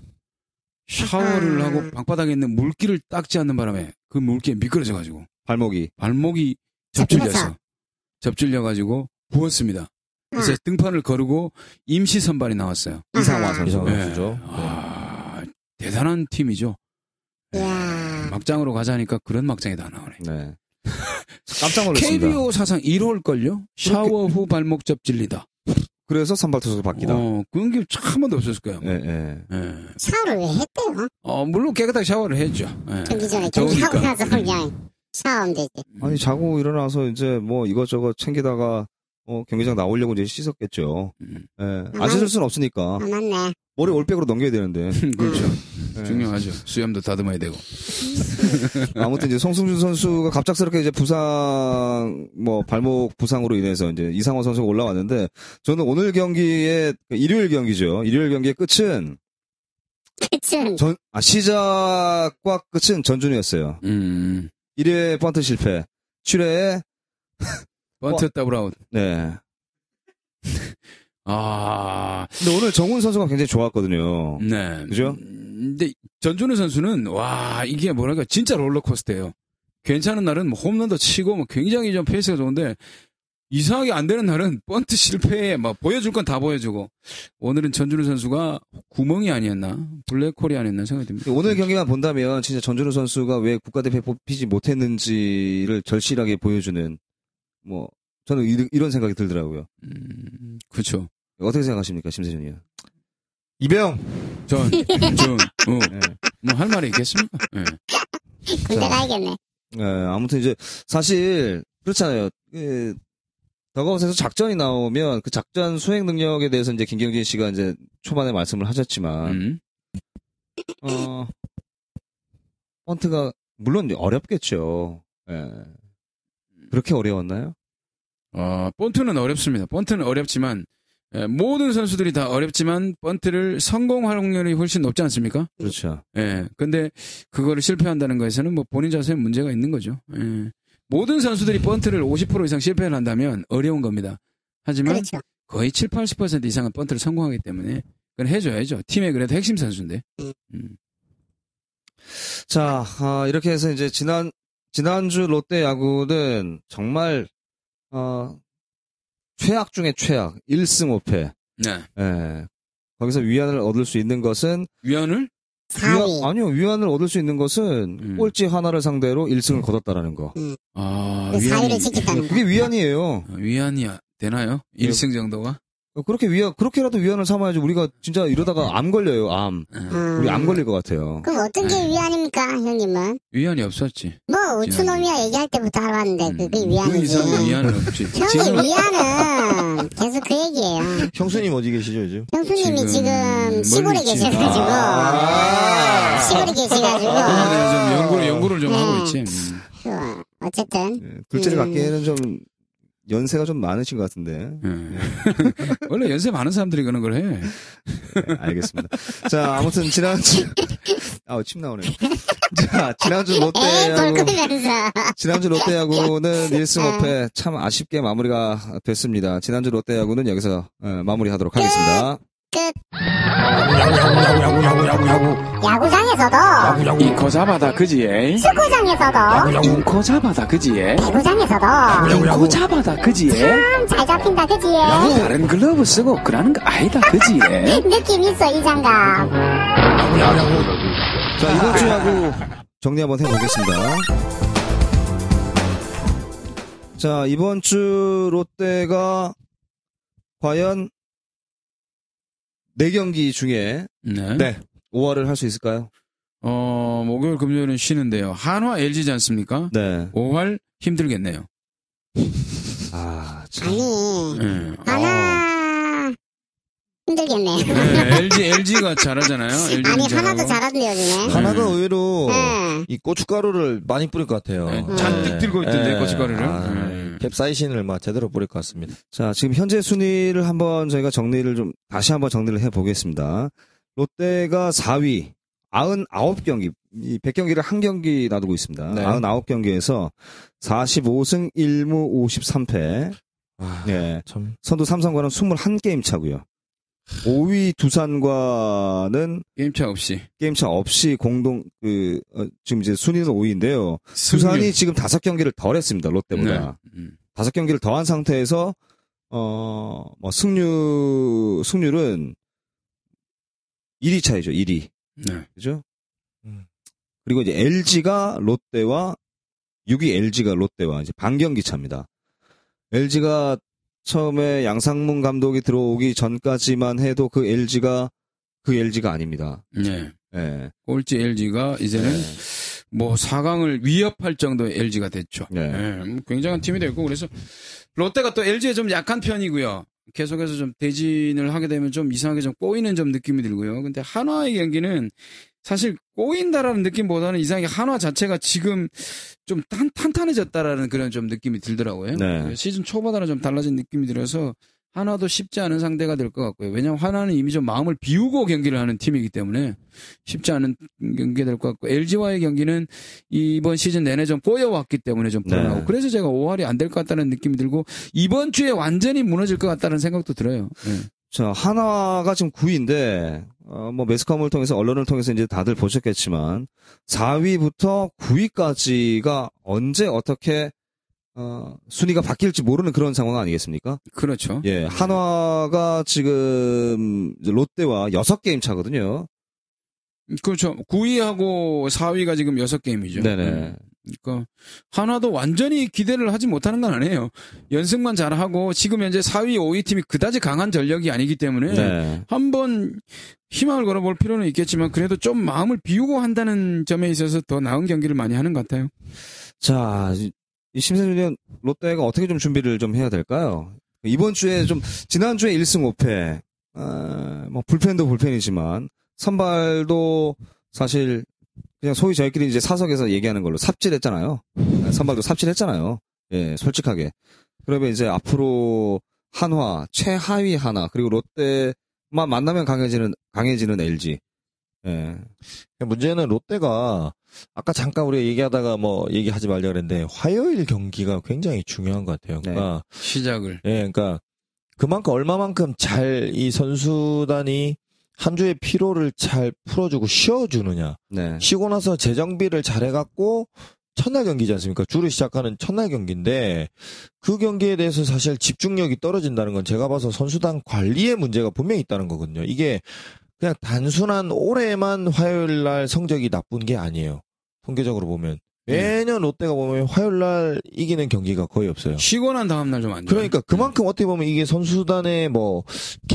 Speaker 3: 샤워를
Speaker 1: 아.
Speaker 3: 하고 방바닥에 있는 물기를 닦지 않는 바람에 그 물기에 미끄러져가지고
Speaker 2: 발목이
Speaker 3: 발목이
Speaker 1: 접질려서.
Speaker 3: 접질려서 접질려가지고 부었습니다. 그래서
Speaker 1: 아.
Speaker 3: 등판을 거르고 임시 선발이 나왔어요.
Speaker 1: 음.
Speaker 2: 이상화
Speaker 4: 아, 이
Speaker 2: 선수.
Speaker 4: 선수. 선수죠.
Speaker 3: 예. 아, 대단한 팀이죠.
Speaker 1: 이야.
Speaker 3: 막장으로 가자니까 그런 막장이 다 나오네.
Speaker 2: 네. 깜짝 놀랐습니다.
Speaker 3: KBO 사상 1월걸요? 샤워 후 발목 접질리다.
Speaker 2: 그래서 선발 투수로 바뀌다.
Speaker 3: 어, 그런 게 참 한 번도 없었을 거예요.
Speaker 2: 예, 예.
Speaker 3: 예.
Speaker 1: 샤워를 왜 했대요?
Speaker 3: 어, 물론 깨끗하게 샤워를 했죠. 예.
Speaker 1: 경기 전에 경기 하고
Speaker 3: 더우니까.
Speaker 1: 나서 그냥 샤워하면 되지.
Speaker 3: 음.
Speaker 2: 아니 자고 일어나서 이제 뭐 이것저것 챙기다가 어, 경기장 나오려고 이제 씻었겠죠.
Speaker 3: 음.
Speaker 2: 예. 안 씻을 수는 없으니까
Speaker 3: 어.
Speaker 1: 아, 맞네.
Speaker 2: 머리 올백으로 넘겨야
Speaker 3: (laughs)
Speaker 2: 되는데
Speaker 3: 그렇죠.
Speaker 2: 예.
Speaker 3: 중요하죠. 수염도 다듬어야 되고.
Speaker 1: 그렇죠.
Speaker 2: 아무튼 이제 송승준 선수가 갑작스럽게 이제 부상 뭐 발목 부상으로 인해서 이제 이상호 선수가 올라왔는데 저는 오늘 경기의 그 일요일 경기죠. 일요일 경기의 끝은
Speaker 1: 그쯤.
Speaker 2: 전 아, 시작과 끝은 전준이었어요.
Speaker 3: 음.
Speaker 2: 1회 번트 실패, 7회에
Speaker 3: 번트 더블 아웃.
Speaker 2: 네.
Speaker 3: 아,
Speaker 2: 근데 오늘 정훈 선수가 굉장히 좋았거든요.
Speaker 3: 네.
Speaker 2: 그죠?
Speaker 3: 음, 근데 전준우 선수는 와 이게 뭐랄까 진짜 롤러코스터예요. 괜찮은 날은 뭐 홈런도 치고 뭐 굉장히 좀 페이스가 좋은데 이상하게 안 되는 날은 번트 실패에 막 보여줄 건 다 보여주고 오늘은 전준우 선수가 구멍이 아니었나 블랙홀이 아니었나 생각이 듭니다.
Speaker 2: 그 오늘 경기만 본다면 진짜 전준우 선수가 왜 국가대표에 뽑히지 못했는지를 절실하게 보여주는 뭐 저는 이- 이런 생각이 들더라고요.
Speaker 3: 음, 그렇죠.
Speaker 2: 어떻게 생각하십니까, 심세준이?
Speaker 4: 이병
Speaker 3: 전, (laughs) 전, 어,
Speaker 2: 예.
Speaker 3: 뭐 할 말이 있겠습니까? 예.
Speaker 1: 군대
Speaker 2: 자.
Speaker 1: 가야겠네.
Speaker 2: 예, 아무튼 이제 사실 그렇잖아요. 그 더가웃에서 작전이 나오면 그 작전 수행 능력에 대해서 이제 김경진 씨가 이제 초반에 말씀을 하셨지만
Speaker 3: 음.
Speaker 2: 어 펀트가 물론 어렵겠죠. 예. 그렇게 어려웠나요?
Speaker 3: 어, 번트는 어렵습니다. 번트는 어렵지만, 예, 모든 선수들이 다 어렵지만, 번트를 성공할 확률이 훨씬 높지 않습니까?
Speaker 2: 그렇죠.
Speaker 3: 예. 근데 그거를 실패한다는 거에서는 뭐 본인 자세에 문제가 있는 거죠. 예. 모든 선수들이 번트를 50% 이상 실패를 한다면 어려운 겁니다. 하지만
Speaker 1: 그렇죠.
Speaker 3: 거의 7, 80% 이상은 번트를 성공하기 때문에 그건 해줘야죠. 팀의 그래도 핵심 선수인데. 음.
Speaker 2: 자, 아, 이렇게 해서 이제 지난 지난주 롯데 야구는 정말 어 최악 중에 최악 1승 5패.
Speaker 3: 네.
Speaker 2: 예. 거기서 위안을 얻을 수 있는 것은
Speaker 3: 위안을?
Speaker 1: 4위. 어.
Speaker 2: 위안- 아니요, 위안을 얻을 수 있는 것은
Speaker 3: 음.
Speaker 2: 꼴찌 하나를 상대로 1승을 거뒀다라는 거.
Speaker 3: 아,
Speaker 1: 그
Speaker 3: 위안이,
Speaker 1: 4위를 지켰다는 거.
Speaker 2: 그게 위안이에요.
Speaker 3: 아, 위안이 되나요? 1승 정도가?
Speaker 2: 그렇게 위안, 그렇게라도 위안을 삼아야지 우리가 진짜 이러다가 암 걸려요, 암.
Speaker 3: 예.
Speaker 1: 음.
Speaker 2: 우리 암 걸릴 것 같아요.
Speaker 1: 그럼 어떤 게
Speaker 3: 네.
Speaker 1: 위안입니까, 형님은?
Speaker 3: 위안이 없었지.
Speaker 1: 뭐, 우츠노미야 얘기할 때부터 알았는데, 네, 그게
Speaker 3: 그
Speaker 1: 위안이지.
Speaker 3: 네. 이상의 위안은 없지.
Speaker 1: 형님
Speaker 3: 지금
Speaker 1: 위안은 계속 그 얘기예요.
Speaker 4: 형수님 어디 계시죠, 요즘?
Speaker 1: 형수님이
Speaker 3: 지금
Speaker 1: 지금 시골에
Speaker 3: 멀리 있지.
Speaker 1: 계셔가지고
Speaker 2: 아.
Speaker 1: 시골에 계셔가지고
Speaker 3: 아, 네, 좀 연구를, 연구를 좀
Speaker 1: 네.
Speaker 3: 하고 있지. 음.
Speaker 1: 그, 어쨌든
Speaker 2: 예, 둘째를
Speaker 1: 음.
Speaker 2: 갖기에는 좀 연세가 좀 많으신 것 같은데.
Speaker 3: 예. (laughs) 원래 연세 많은 사람들이 그런 걸 해.
Speaker 2: 네, 알겠습니다. 자, 아무튼 지난주 아우 침 나오네요. 자, 지난주
Speaker 1: 에이 돌
Speaker 2: 롯데하고
Speaker 1: 끄면서
Speaker 2: 지난주 롯데하고는 1승 5패 참 아쉽게 마무리가 됐습니다. 지난주 롯데하고는 여기서 어, 마무리하도록 하겠습니다.
Speaker 1: 야구장에서도
Speaker 5: 이코 잡아다 그지예
Speaker 1: 축구장에서도
Speaker 5: 이코 잡아다 그지예
Speaker 1: 배구장에서도
Speaker 5: 이코 잡아다 그지예
Speaker 1: 참 잘 잡힌다 그지?
Speaker 5: 다른 글러브 쓰고 그러는 거 아니다 그지예
Speaker 1: 느낌 있어 이 장갑
Speaker 2: 자, 이번 주 야구 정리 한번 해보겠습니다. 자, 이번 주 롯데가 과연 4경기 중에
Speaker 3: 네.
Speaker 4: 네.
Speaker 2: 5화를 할 수 있을까요?
Speaker 3: 어, 목요일, 금요일은 쉬는데요. 한화 LG지 않습니까?
Speaker 2: 네.
Speaker 3: 5할 힘들겠네요.
Speaker 2: 아, 참.
Speaker 1: 아니
Speaker 3: 예.
Speaker 1: 어. 하나 힘들겠네
Speaker 3: 네, LG, LG가 잘하잖아요.
Speaker 1: (laughs)
Speaker 3: LG
Speaker 1: 아니 하나도 잘하던데 요즘에
Speaker 4: 하나가 의외로
Speaker 1: 예.
Speaker 4: 이 고춧가루를 많이 뿌릴 것 같아요.
Speaker 1: 음.
Speaker 3: 네, 잔뜩 들고 있던데, 고춧가루를. 네.
Speaker 4: 캡사이신을 막 제대로 뿌릴 것 같습니다.
Speaker 2: 자, 지금 현재 순위를 한번 저희가 정리를 좀, 다시 한번 정리를 해보겠습니다. 롯데가 4위, 99경기, 이 100경기를 한 경기 놔두고 있습니다.
Speaker 4: 네.
Speaker 2: 99경기에서 45승 1무 53패.
Speaker 4: 아,
Speaker 2: 예.
Speaker 4: 참
Speaker 2: 선두 삼성과는 21게임 차고요. 5위 두산과는
Speaker 3: 게임차 없이.
Speaker 2: 게임 차 없이 공동 그 어, 지금 이제 순위는 5위인데요. 두산이 지금 다섯 경기를 덜 했습니다. 롯데보다.
Speaker 3: 음.
Speaker 2: 다섯 경기를 더한 상태에서 어, 뭐 승률 승률은 1위 차이죠. 1위.
Speaker 3: 네.
Speaker 2: 그죠?
Speaker 4: 음.
Speaker 2: 그리고 이제 LG가 롯데와 6위 LG가 롯데와 이제 반경기 차입니다. LG가 처음에 양상문 감독이 들어오기 전까지만 해도 그 LG가 그 LG가 아닙니다.
Speaker 3: 네.
Speaker 2: 예.
Speaker 3: 꼴찌 LG가 이제는 뭐 4강을 위협할 정도의 LG가 됐죠.
Speaker 2: 네.
Speaker 3: 예, 뭐 굉장한 팀이 됐고 그래서 롯데가 또 LG에 좀 약한 편이고요. 계속해서 좀 대진을 하게 되면 좀 이상하게 좀 꼬이는 좀 느낌이 들고요. 근데 한화의 경기는 사실 꼬인다라는 느낌보다는 이상하게 한화 자체가 지금 좀 탄, 탄탄해졌다라는 그런 좀 느낌이 들더라고요.
Speaker 2: 네.
Speaker 3: 예, 시즌 초보다는 좀 달라진 느낌이 들어서 하나도 쉽지 않은 상대가 될 것 같고요. 왜냐하면 하나는 이미 좀 마음을 비우고 경기를 하는 팀이기 때문에 쉽지 않은 경기가 될 것 같고 LG와의 경기는 이번 시즌 내내 좀 꼬여왔기 때문에 좀 불안하고
Speaker 2: 네.
Speaker 3: 그래서 제가 5할이 안 될 것 같다는 느낌이 들고 이번 주에 완전히 무너질 것 같다는 생각도 들어요. 예.
Speaker 2: 자, 하나가 지금 9위인데, 어, 뭐, 매스컴을 통해서, 언론을 통해서 이제 다들 보셨겠지만, 4위부터 9위까지가 언제 어떻게, 어, 순위가 바뀔지 모르는 그런 상황 아니겠습니까?
Speaker 3: 그렇죠.
Speaker 2: 예, 한화가 지금, 이제 롯데와 6게임 차거든요.
Speaker 3: 그렇죠. 9위하고 4위가 지금 6게임이죠.
Speaker 2: 예. 네네.
Speaker 3: 그러니까 한화도 완전히 기대를 하지 못하는 건 아니에요. 연승만 잘하고 지금 현재 4위, 5위 팀이 그다지 강한 전력이 아니기 때문에
Speaker 2: 네.
Speaker 3: 한번 희망을 걸어볼 필요는 있겠지만 그래도 좀 마음을 비우고 한다는 점에 있어서 더 나은 경기를 많이 하는 것 같아요.
Speaker 2: 자, 이 심세준 의원 롯데가 어떻게 좀 준비를 좀 해야 될까요? 이번 주에 좀 지난 주에 1승 5패. 아, 뭐 불펜도 불펜이지만 선발도 사실 그냥 소위 저희끼리 이제 사석에서 얘기하는 걸로 삽질했잖아요. 네, 선발도 삽질했잖아요. 예, 솔직하게. 그러면 이제 앞으로 한화 최하위 하나 그리고 롯데만 만나면 강해지는 강해지는 LG. 예.
Speaker 4: 그러니까 문제는 롯데가 아까 잠깐 우리가 얘기하다가 뭐 얘기하지 말려 그랬는데 화요일 경기가 굉장히 중요한 것 같아요.
Speaker 2: 네.
Speaker 4: 그러니까
Speaker 3: 시작을.
Speaker 4: 예, 그러니까 그만큼 얼마만큼 잘 이 선수단이 한 주의 피로를 잘 풀어주고 쉬어주느냐.
Speaker 2: 네.
Speaker 4: 쉬고 나서 재정비를 잘해갖고 첫날 경기지 않습니까? 주를 시작하는 첫날 경기인데 그 경기에 대해서 사실 집중력이 떨어진다는 건 제가 봐서 선수단 관리의 문제가 분명히 있다는 거거든요. 이게 그냥 단순한 올해만 화요일 날 성적이 나쁜 게 아니에요. 통계적으로 보면 매년 롯데가 보면 화요일 날 이기는 경기가 거의 없어요.
Speaker 3: 쉬고 난 다음 날 좀 안 좋아요. 네.
Speaker 4: 그러니까 그만큼 어떻게 보면 이게 선수단의 뭐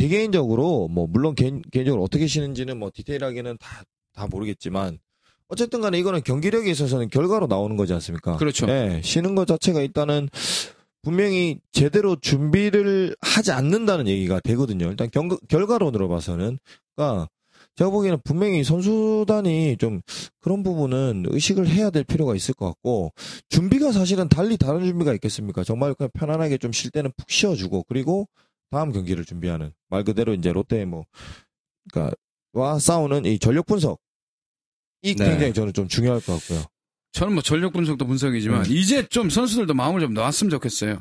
Speaker 4: 개개인적으로 뭐 물론 개인, 적으로 어떻게 쉬는지는 뭐 디테일하게는 다 다 모르겠지만 어쨌든 간에 이거는 경기력에 있어서는 결과로 나오는 거지 않습니까?
Speaker 3: 그렇죠.
Speaker 4: 예, 쉬는 것 자체가 일단은 분명히 제대로 준비를 하지 않는다는 얘기가 되거든요. 일단 경- 결과론으로 봐서는 그러니까 제가 보기에는 분명히 선수단이 좀 그런 부분은 의식을 해야 될 필요가 있을 것 같고 준비가 사실은 달리 다른 준비가 있겠습니까? 정말 그냥 편안하게 좀 쉴 때는 푹 쉬어주고 그리고 다음 경기를 준비하는 말 그대로 이제 롯데 뭐 그러니까 와 싸우는 이 전력 분석 이
Speaker 2: 네.
Speaker 4: 굉장히 저는 좀 중요할 것 같고요.
Speaker 3: 저는 뭐 전력 분석도
Speaker 4: 네.
Speaker 3: 분석이지만 이제 좀 선수들도 마음을 좀 놨으면 좋겠어요.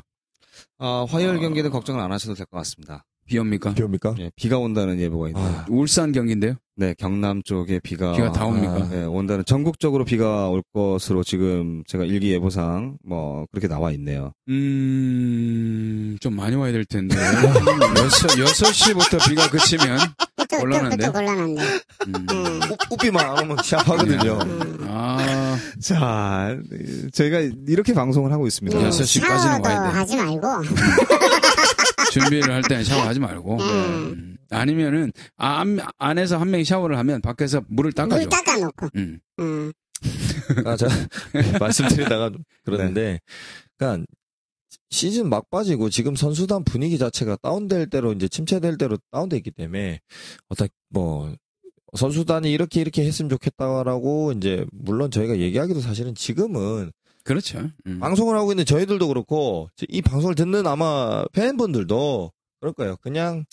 Speaker 2: 아, 화요일
Speaker 3: 어.
Speaker 2: 경기는 걱정을 안 하셔도 될 것 같습니다.
Speaker 3: 비옵니까?
Speaker 4: 비옵니까?
Speaker 2: 예, 비가 온다는 예보가 있네요.
Speaker 4: 아.
Speaker 3: 울산 경기인데요.
Speaker 2: 네, 경남 쪽에 비가
Speaker 3: 비가 다 옵니까?
Speaker 2: 예, 온다는 전국적으로 비가 올 것으로 지금 제가 일기 예보상 뭐 그렇게 나와 있네요.
Speaker 3: 음, 좀 많이 와야 될 텐데. 6, 시부터 비가 그치면.
Speaker 1: 그쪽,
Speaker 3: 곤란한데?
Speaker 1: 그쪽 곤란한데.
Speaker 3: 음.
Speaker 1: 음.
Speaker 4: 꽃비만 안 오면 시합하거든요.
Speaker 3: 아,
Speaker 2: 자, 저희가 이렇게 방송을 하고 있습니다.
Speaker 3: 여섯
Speaker 1: 음,
Speaker 3: 시까지는
Speaker 1: 샤워도
Speaker 3: 와야 돼.
Speaker 1: 하지 말고.
Speaker 3: 준비를 할 때는 샤워하지 말고. 음. 아니면은, 안, 안에서 한 명이 샤워를 하면 밖에서 물을
Speaker 1: 물
Speaker 3: 닦아줘.
Speaker 1: 닦아놓고.
Speaker 3: 음.
Speaker 1: 음.
Speaker 4: 아, 자, (laughs) 말씀드리다가 그러는데, 그러니까 시즌 막빠지고 지금 선수단 분위기 자체가 다운될 대로 이제 침체될 대로 다운돼 있기 때문에 어떤 뭐 선수단이 이렇게 이렇게 했으면 좋겠다라고 이제 물론 저희가 얘기하기도 사실은 지금은
Speaker 3: 그렇죠. 음.
Speaker 4: 방송을 하고 있는 저희들도 그렇고 이 방송을 듣는 아마 팬분들도 그럴 거예요. 그냥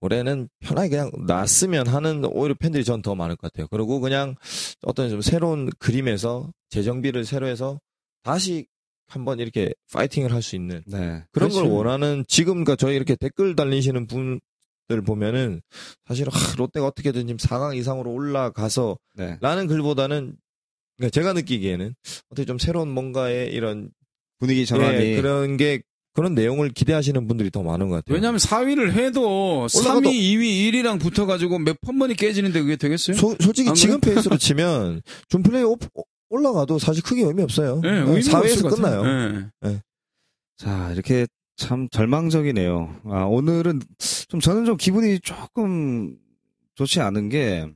Speaker 4: 올해는 편하게 그냥 놨으면 하는 오히려 팬들이 전 더 많을 것 같아요. 그리고 그냥 어떤 좀 새로운 그림에서 재정비를 새로 해서 다시 한번 이렇게 파이팅을 할 수 있는
Speaker 2: 네.
Speaker 4: 그런 걸
Speaker 3: 그렇죠.
Speaker 4: 원하는 지금 그러니까 저희 이렇게 댓글 달리시는 분들 보면은 사실 아, 롯데가 어떻게든 지금 4강 이상으로 올라가서
Speaker 2: 네.
Speaker 4: 라는 글보다는 그러니까 제가 느끼기에는 어떻게 좀 새로운 뭔가의 이런
Speaker 2: 분위기 전환이
Speaker 4: 예, 그런 게 그런 내용을 기대하시는 분들이 더 많은 것 같아요.
Speaker 3: 왜냐면 4위를 해도 3위, 2위, 1위랑 붙어가지고 몇번 번이 깨지는데 그게 되겠어요?
Speaker 4: 소- 솔직히
Speaker 3: 안
Speaker 4: 지금 페이스로 치면 준 플레이 오 올라가도 사실 크게 의미 없어요.
Speaker 3: 예, 의미가 없을
Speaker 4: 4회에서
Speaker 3: 것 같아요.
Speaker 4: 끝나요.
Speaker 3: 예.
Speaker 2: 자, 이렇게 참 절망적이네요. 아, 오늘은 좀 저는 좀 기분이 조금 좋지 않은 게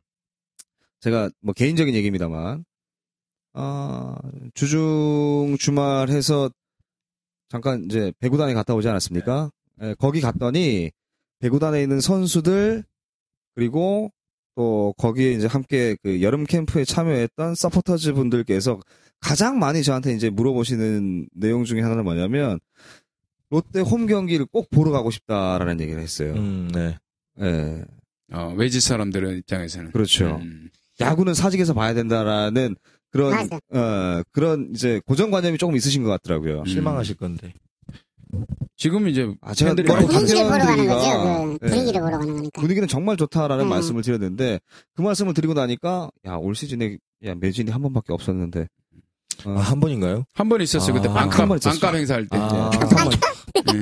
Speaker 2: 제가 뭐 개인적인 얘기입니다만 아, 주중 주말해서 잠깐 이제 배구단에 갔다 오지 않았습니까? 예, 거기 갔더니 배구단에 있는 선수들 그리고 또 거기에 이제 함께 그 여름 캠프에 참여했던 서포터즈 분들께서 가장 많이 저한테 이제 물어보시는 내용 중에 하나는 뭐냐면 롯데 홈 경기를 꼭 보러 가고 싶다라는 얘기를 했어요.
Speaker 4: 음, 네.
Speaker 2: 예,
Speaker 3: 어, 외지 사람들의 입장에서는.
Speaker 2: 그렇죠.
Speaker 3: 음.
Speaker 2: 야구는 사직에서 봐야 된다라는 그런
Speaker 1: 맞아.
Speaker 2: 어, 그런 이제 고정관념이 조금 있으신 것
Speaker 3: 음.
Speaker 2: 같더라고요.
Speaker 4: 실망하실 건데.
Speaker 3: 지금 이제
Speaker 2: 아, 제가
Speaker 3: 팬들이
Speaker 2: 너무
Speaker 3: 많이
Speaker 2: 박-
Speaker 1: 그 분위기를 보러 가는 거죠.
Speaker 2: 박태환
Speaker 1: 그
Speaker 2: 분위기가- 예.
Speaker 1: 분위기를 보러 가는 거니까.
Speaker 2: 분위기는 정말 좋다라는
Speaker 1: 음.
Speaker 2: 말씀을 드렸는데 그 말씀을 드리고 나니까 야 올 시즌에 야 매진이 한 번밖에 없었는데
Speaker 3: 음.
Speaker 2: 어,
Speaker 4: 아, 한 번인가요?
Speaker 3: 한 번 있었어요. 그때
Speaker 4: 아,
Speaker 2: 한번
Speaker 3: 반값
Speaker 2: 있었어요.
Speaker 3: 반값 행사할 때. (laughs)
Speaker 4: 아,
Speaker 2: 잠깐만.
Speaker 3: 예.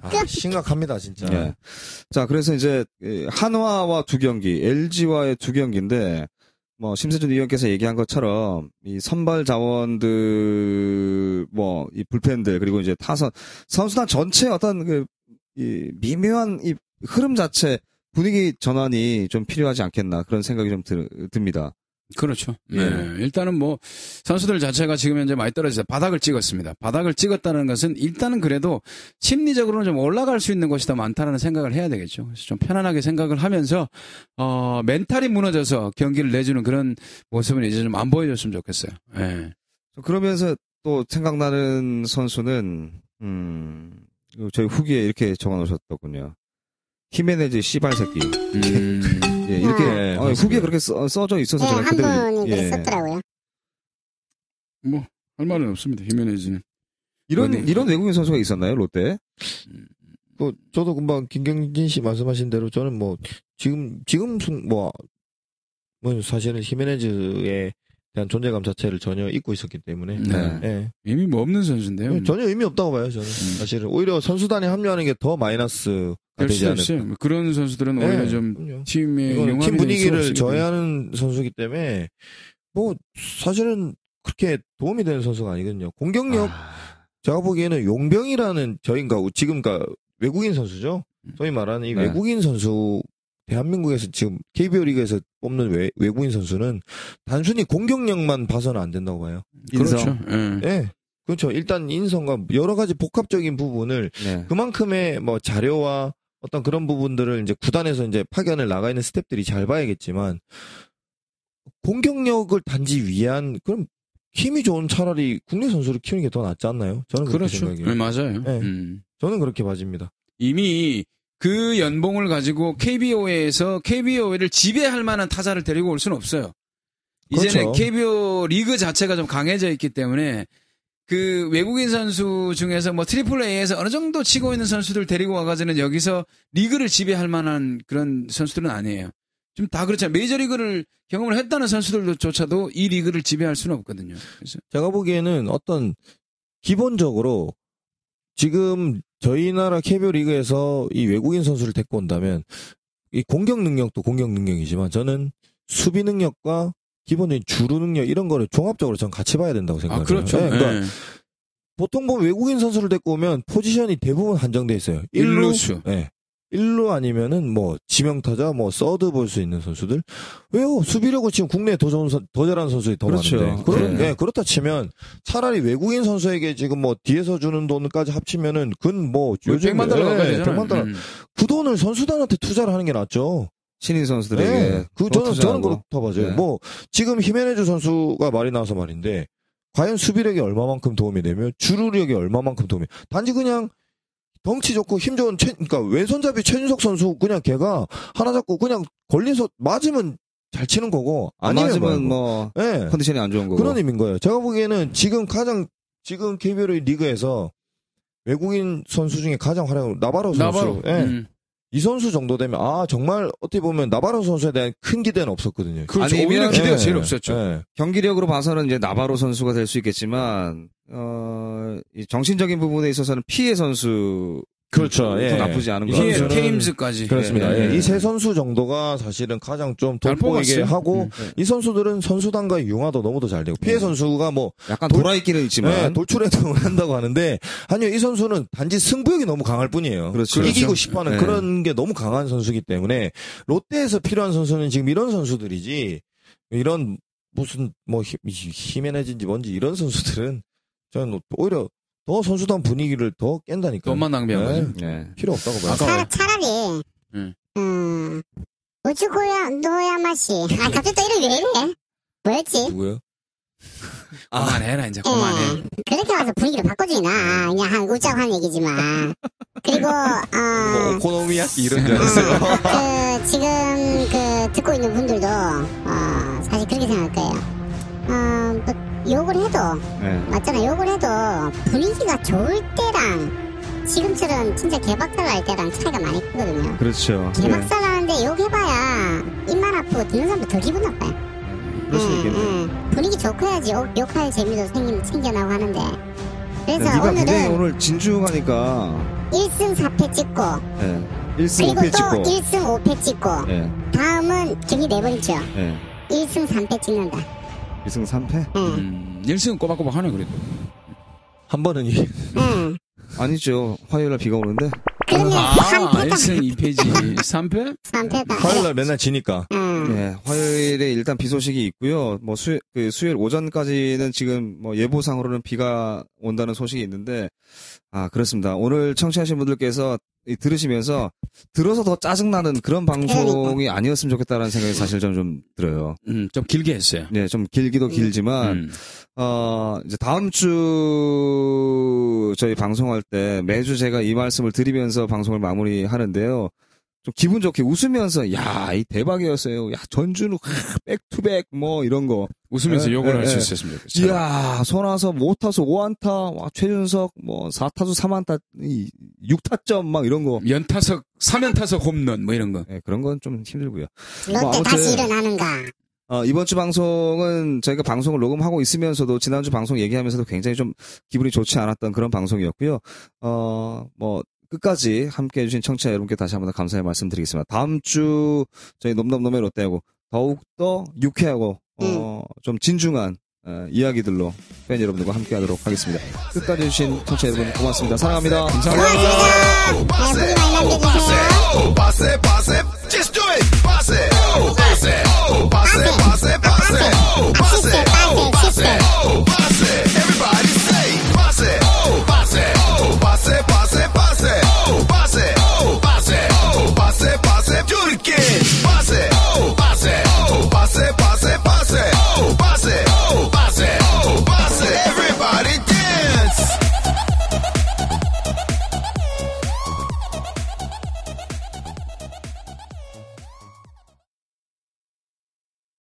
Speaker 4: 아, 심각합니다, 진짜.
Speaker 2: 예. 자, 그래서 이제 예, 한화와 두 경기, LG와의 두 경기인데 뭐 심세준 의원께서 얘기한 것처럼 이 선발 자원들 뭐 이 불펜들 그리고 이제 타선 선수단 전체 어떤 그 이 미묘한 이 흐름 자체 분위기 전환이 좀 필요하지 않겠나 그런 생각이 좀 들, 듭니다.
Speaker 3: 그렇죠.
Speaker 2: 예.
Speaker 3: 네. 일단은 뭐 선수들 자체가 지금 현재 많이 떨어져서 바닥을 찍었습니다. 바닥을 찍었다는 것은 일단은 그래도 심리적으로는 좀 올라갈 수 있는 것이 더 많다라는 생각을 해야 되겠죠. 그래서 좀 편안하게 생각을 하면서 어 멘탈이 무너져서 경기를 내주는 그런 모습은 이제 좀 안 보여줬으면 좋겠어요. 예.
Speaker 2: 그러면서 또 생각나는 선수는 음 저희 후기에 이렇게 적어놓으셨더군요. 히메네즈 씨발 새끼.
Speaker 3: 음,
Speaker 2: 예, 이렇게
Speaker 4: 네,
Speaker 2: 어,
Speaker 4: 맞습니다.
Speaker 2: 후기에 그렇게 써, 져 있어서
Speaker 1: 네,
Speaker 2: 제가
Speaker 1: 아, 한
Speaker 2: 그대로
Speaker 1: 분이
Speaker 2: 예.
Speaker 1: 그랬었더라고요.
Speaker 3: 뭐할 말은 없습니다. 히메네즈는
Speaker 2: 이런
Speaker 3: 어디?
Speaker 2: 이런 외국인 선수가 있었나요 롯데?
Speaker 4: 그 저도 금방 김경진 씨 말씀하신 대로 저는 뭐 지금 지금 순- 뭐, 뭐 사실은 히메네즈에 대한 존재감 자체를 전혀 잊고 있었기 때문에
Speaker 3: 네.
Speaker 4: 예.
Speaker 3: 이미 뭐 없는 선수인데요.
Speaker 4: 예, 전혀 의미 없다고 봐요 저는 사실은 오히려 선수단에 합류하는 게 더 마이너스가
Speaker 3: 될
Speaker 4: 되지
Speaker 3: 음. 수도
Speaker 4: 않을까
Speaker 3: 있어요. 뭐 그런 선수들은
Speaker 4: 네,
Speaker 3: 오히려 좀
Speaker 4: 그럼요.
Speaker 3: 팀의
Speaker 4: 이거는
Speaker 3: 융합이
Speaker 4: 팀
Speaker 3: 될수
Speaker 4: 분위기를
Speaker 3: 없으니까.
Speaker 4: 저해하는 선수기 때문에 뭐 사실은 그렇게 도움이 되는 선수가 아니거든요 공격력 제가 보기에는 용병이라는 저인가 지금 그 외국인 선수죠.
Speaker 3: 음.
Speaker 4: 소위 말하는 이
Speaker 2: 네.
Speaker 4: 외국인 선수 대한민국에서 지금 KBO 리그에서 뽑는 외, 외국인 선수는 단순히 공격력만 봐서는 안 된다고 봐요.
Speaker 3: 그렇죠. 예.
Speaker 4: 예. 그렇죠. 일단 인성과 여러 가지 복합적인 부분을
Speaker 2: 네.
Speaker 4: 그만큼의 뭐 자료와 어떤 그런 부분들을 이제 구단에서 이제 파견을 나가 있는 스탭들이 잘 봐야겠지만 공격력을 단지 위한 그럼 힘이 좋은 차라리 국내 선수를 키우는 게 더 낫지 않나요? 저는 그렇게
Speaker 3: 그렇죠.
Speaker 4: 생각해요.
Speaker 3: 네, 맞아요.
Speaker 4: 네.
Speaker 3: 음.
Speaker 4: 저는 그렇게 봐집니다.
Speaker 3: 이미 그 연봉을 가지고 KBO에서 KBO를 지배할 만한 타자를 데리고 올 수는 없어요. 이제는
Speaker 4: 그렇죠.
Speaker 3: KBO 리그 자체가 좀 강해져 있기 때문에 그 외국인 선수 중에서 뭐 트리플 A에서 어느 정도 치고 있는 선수들 데리고 와가지는 여기서 리그를 지배할 만한 그런 선수들은 아니에요. 좀 다 그렇잖아요. 메이저리그를 경험을 했다는 선수들조차도 이 리그를 지배할 수는 없거든요. 그래서
Speaker 4: 제가 보기에는 어떤 기본적으로 지금 저희 나라 KBO 리그에서 이 외국인 선수를 데리고 온다면 이 공격 능력도 공격 능력이지만 저는 수비 능력과 기본적인 주루 능력 이런 거를 종합적으로 전 같이 봐야 된다고 생각해요. 예, 그러니까
Speaker 3: 예.
Speaker 4: 보통 보면 외국인 선수를 데리고 오면 포지션이 대부분 한정돼 있어요. 일루,
Speaker 3: 일루수.
Speaker 4: 예. 일루 아니면은 뭐 지명타자, 뭐 서드 볼 수 있는 선수들. 왜요? 수비력은 지금 국내에 더 좋은 선- 더 잘하는 선수들이 더
Speaker 2: 그렇죠.
Speaker 4: 많은데. 그런-
Speaker 2: 네.
Speaker 4: 예, 그렇다 치면 차라리 외국인 선수에게 지금 뭐 뒤에서 주는 돈까지 합치면은 근뭐 요즘
Speaker 3: 100만 달러 가까이
Speaker 4: 예,
Speaker 3: 되잖아요.
Speaker 4: 100만 달러.
Speaker 3: 음.
Speaker 4: 그 돈을 선수단한테 투자를 하는 게 낫죠.
Speaker 2: 신인 선수들에게
Speaker 4: 예. 그
Speaker 2: 더
Speaker 4: 저는 저는
Speaker 2: 투자하고.
Speaker 4: 그렇다 봐요.
Speaker 2: 네.
Speaker 4: 뭐 지금 히메네즈 선수가 말이 나와서 말인데 과연 수비력이 얼마만큼 도움이 되며 주루력이 얼마만큼 도움이 단지 그냥 덩치 좋고 힘 좋은 최, 그러니까 왼손잡이 최준석 선수 그냥 걔가 하나 잡고 그냥 걸린서 맞으면 잘 치는 거고
Speaker 2: 안
Speaker 4: 아니면
Speaker 2: 맞으면
Speaker 4: 말고.
Speaker 2: 뭐
Speaker 4: 예.
Speaker 2: 컨디션이 안 좋은 거고.
Speaker 4: 그런 의미인 거예요. 제가 보기에는 지금 가장 지금 KBO 리그에서 외국인 선수 중에 가장 활약 나바로 선수
Speaker 3: 나바로.
Speaker 4: 예.
Speaker 3: 음.
Speaker 4: 이 선수 정도 되면 아 정말 어떻게 보면 나바로 선수에 대한 큰 기대는 없었거든요.
Speaker 3: 그렇죠.
Speaker 2: 아니면-
Speaker 3: 오히려 기대가
Speaker 4: 예,
Speaker 3: 제일 없었죠.
Speaker 4: 예.
Speaker 2: 경기력으로 봐서는 이제 나바로 선수가 될 수 있겠지만 어이 정신적인 부분에 있어서는 피해 선수
Speaker 4: 그렇죠. 예.
Speaker 2: 나쁘지 않은 거
Speaker 4: 피해,
Speaker 2: 같아요.
Speaker 4: 저는- 피해.
Speaker 3: 테임즈까지. 네.
Speaker 4: 그렇습니다.
Speaker 2: 예, 예.
Speaker 4: 이 세 선수 정도가 사실은 가장 좀
Speaker 3: 잘
Speaker 4: 돋보이게
Speaker 3: 뽑았어요.
Speaker 4: 하고 네.
Speaker 3: 음.
Speaker 4: 이 선수들은 선수단과의 융화도 너무도 잘 되고 피해 선수가 뭐
Speaker 2: 약간
Speaker 4: 돌-
Speaker 2: 돌아있기는 있지만
Speaker 4: 예, 돌출행동을 한다고 하는데 아니요 이 선수는 단지 승부욕이 너무 강할 뿐이에요.
Speaker 2: 그렇죠.
Speaker 4: 이기고
Speaker 3: 그렇죠.
Speaker 4: 싶어하는
Speaker 2: 예.
Speaker 4: 그런 게 너무 강한 선수기 때문에 롯데에서 필요한 선수는 지금 이런 선수들이지 이런 무슨 뭐 힘- 히메네즈인지 뭔지 이런 선수들은 저는 오히려 더 선수단 분위기를 더 깬다니까.
Speaker 3: 돈만 낭비한
Speaker 4: 예,
Speaker 3: 거죠.
Speaker 2: 예.
Speaker 4: 필요 없다고 봐요.
Speaker 3: 아까워요.
Speaker 1: 차, 라리
Speaker 3: 음.
Speaker 1: 음, 우주고야 노야마씨. 아 갑자기 또 이름 왜 이래? 뭐였지?
Speaker 4: 누구요?
Speaker 3: 그만해라 이제
Speaker 1: 예.
Speaker 3: 그만해.
Speaker 1: 그렇게 와서 분위기를 바꿔주나. 그냥 한 웃자고 한 얘기지만. 그리고 어.
Speaker 3: 뭐,
Speaker 4: 오코노미야키 이런
Speaker 2: (laughs)
Speaker 4: 줄
Speaker 1: 아, 그 지금 그 듣고 있는 분들도 어, 사실 그렇게 생각할 거예요. 어, 뭐 욕을 해도
Speaker 2: 예.
Speaker 1: 맞잖아 욕을 해도 분위기가 좋을 때랑 지금처럼 진짜 개박살 날 때랑 차이가 많이 크거든요.
Speaker 2: 그렇죠. 예.
Speaker 1: 네, 개박살 나는데 욕해봐야 입만 아프고 듣는 사람도 더 기분 나빠요.
Speaker 2: 그럴 수
Speaker 1: 예,
Speaker 2: 있겠네.
Speaker 1: 예. 분위기 좋고 해야지 욕, 욕할 재미도 생긴, 생겨나고 하는데 그래서
Speaker 2: 네가 굉장히
Speaker 1: 오늘은
Speaker 2: 오늘 진중하니까
Speaker 1: 일 1승 4패 찍고
Speaker 2: 예. 1승
Speaker 1: 그리고
Speaker 2: 5패
Speaker 1: 또
Speaker 2: 찍고
Speaker 1: 일 1승 5패 찍고
Speaker 2: 예.
Speaker 1: 다음은 경기 내버리죠.
Speaker 2: 예.
Speaker 1: 1승 3패 찍는다.
Speaker 2: 2승 3패?
Speaker 1: 응.
Speaker 3: 음, 1승은 꼬박꼬박 하네, 그래도.
Speaker 4: 한 번은 이
Speaker 2: 음.
Speaker 1: 응.
Speaker 2: 아니죠. 화요일 날 비가 오는데.
Speaker 1: 그러면
Speaker 3: 아,
Speaker 1: 3패다.
Speaker 3: 1승 2패지. 3패?
Speaker 1: 3패다.
Speaker 4: 화요일날 맨날 지니까
Speaker 1: 응.
Speaker 2: 예, 화요일에 일단 비 소식이 있고요. 뭐 수, 그 수요일 오전까지는 지금 뭐 예보상으로는 비가 온다는 소식이 있는데, 아, 그렇습니다. 오늘 청취하신 분들께서 이 들으시면서 들어서 더 짜증나는 그런 방송이 아니었으면 좋겠다라는 생각이 사실 저는 좀 들어요.
Speaker 3: 음, 좀 길게 했어요.
Speaker 2: 예, 좀 길기도
Speaker 4: 아.
Speaker 2: 길지만,
Speaker 3: 음.
Speaker 2: 어, 이제 다음 주 저희 방송할 때 매주 제가 이 말씀을 드리면서 방송을 마무리하는데요. 좀 기분 좋게 웃으면서 야, 이 대박이었어요. 야, 전준우 하, 백투백 뭐 이런 거.
Speaker 3: 웃으면서
Speaker 4: 네,
Speaker 2: 예,
Speaker 3: 욕을
Speaker 2: 예,
Speaker 3: 할 수
Speaker 2: 예.
Speaker 3: 있었으면 좋겠어요.
Speaker 2: 이야, 손아서 5타수 5안타, 와, 최준석 뭐 4타수 3안타, 이 6타점 막 이런
Speaker 3: 음.
Speaker 2: 거.
Speaker 3: 연타석, 3연타석 홈런, 뭐 이런 거.
Speaker 2: 예, 그런 건 좀 힘들고요.
Speaker 1: 롯데
Speaker 2: 뭐
Speaker 1: 다시
Speaker 2: 아무튼-
Speaker 1: 일어나는가.
Speaker 2: 어, 이번 주 방송은 저희가 방송을 녹음하고 있으면서도 지난주 방송 얘기하면서도 굉장히 좀 기분이 좋지 않았던 그런 방송이었고요. 어, 뭐 끝까지 함께 해주신 청취자 여러분께 다시 한번 더 감사의 말씀드리겠습니다. 다음 주 저희 넘넘넘의 롯데하고 더욱더 유쾌하고 어, 좀 진중한 어, 이야기들로 팬 여러분들과 함께하도록 하겠습니다. 끝까지 해주신 청취자 여러분 고맙습니다. 사랑합니다.
Speaker 1: 고맙습니다. 네, 후기 많이 남겨주세요.
Speaker 7: Pase, pase, pase, pase, pase,
Speaker 1: 아, 10대, 8대, 10대.
Speaker 7: pase.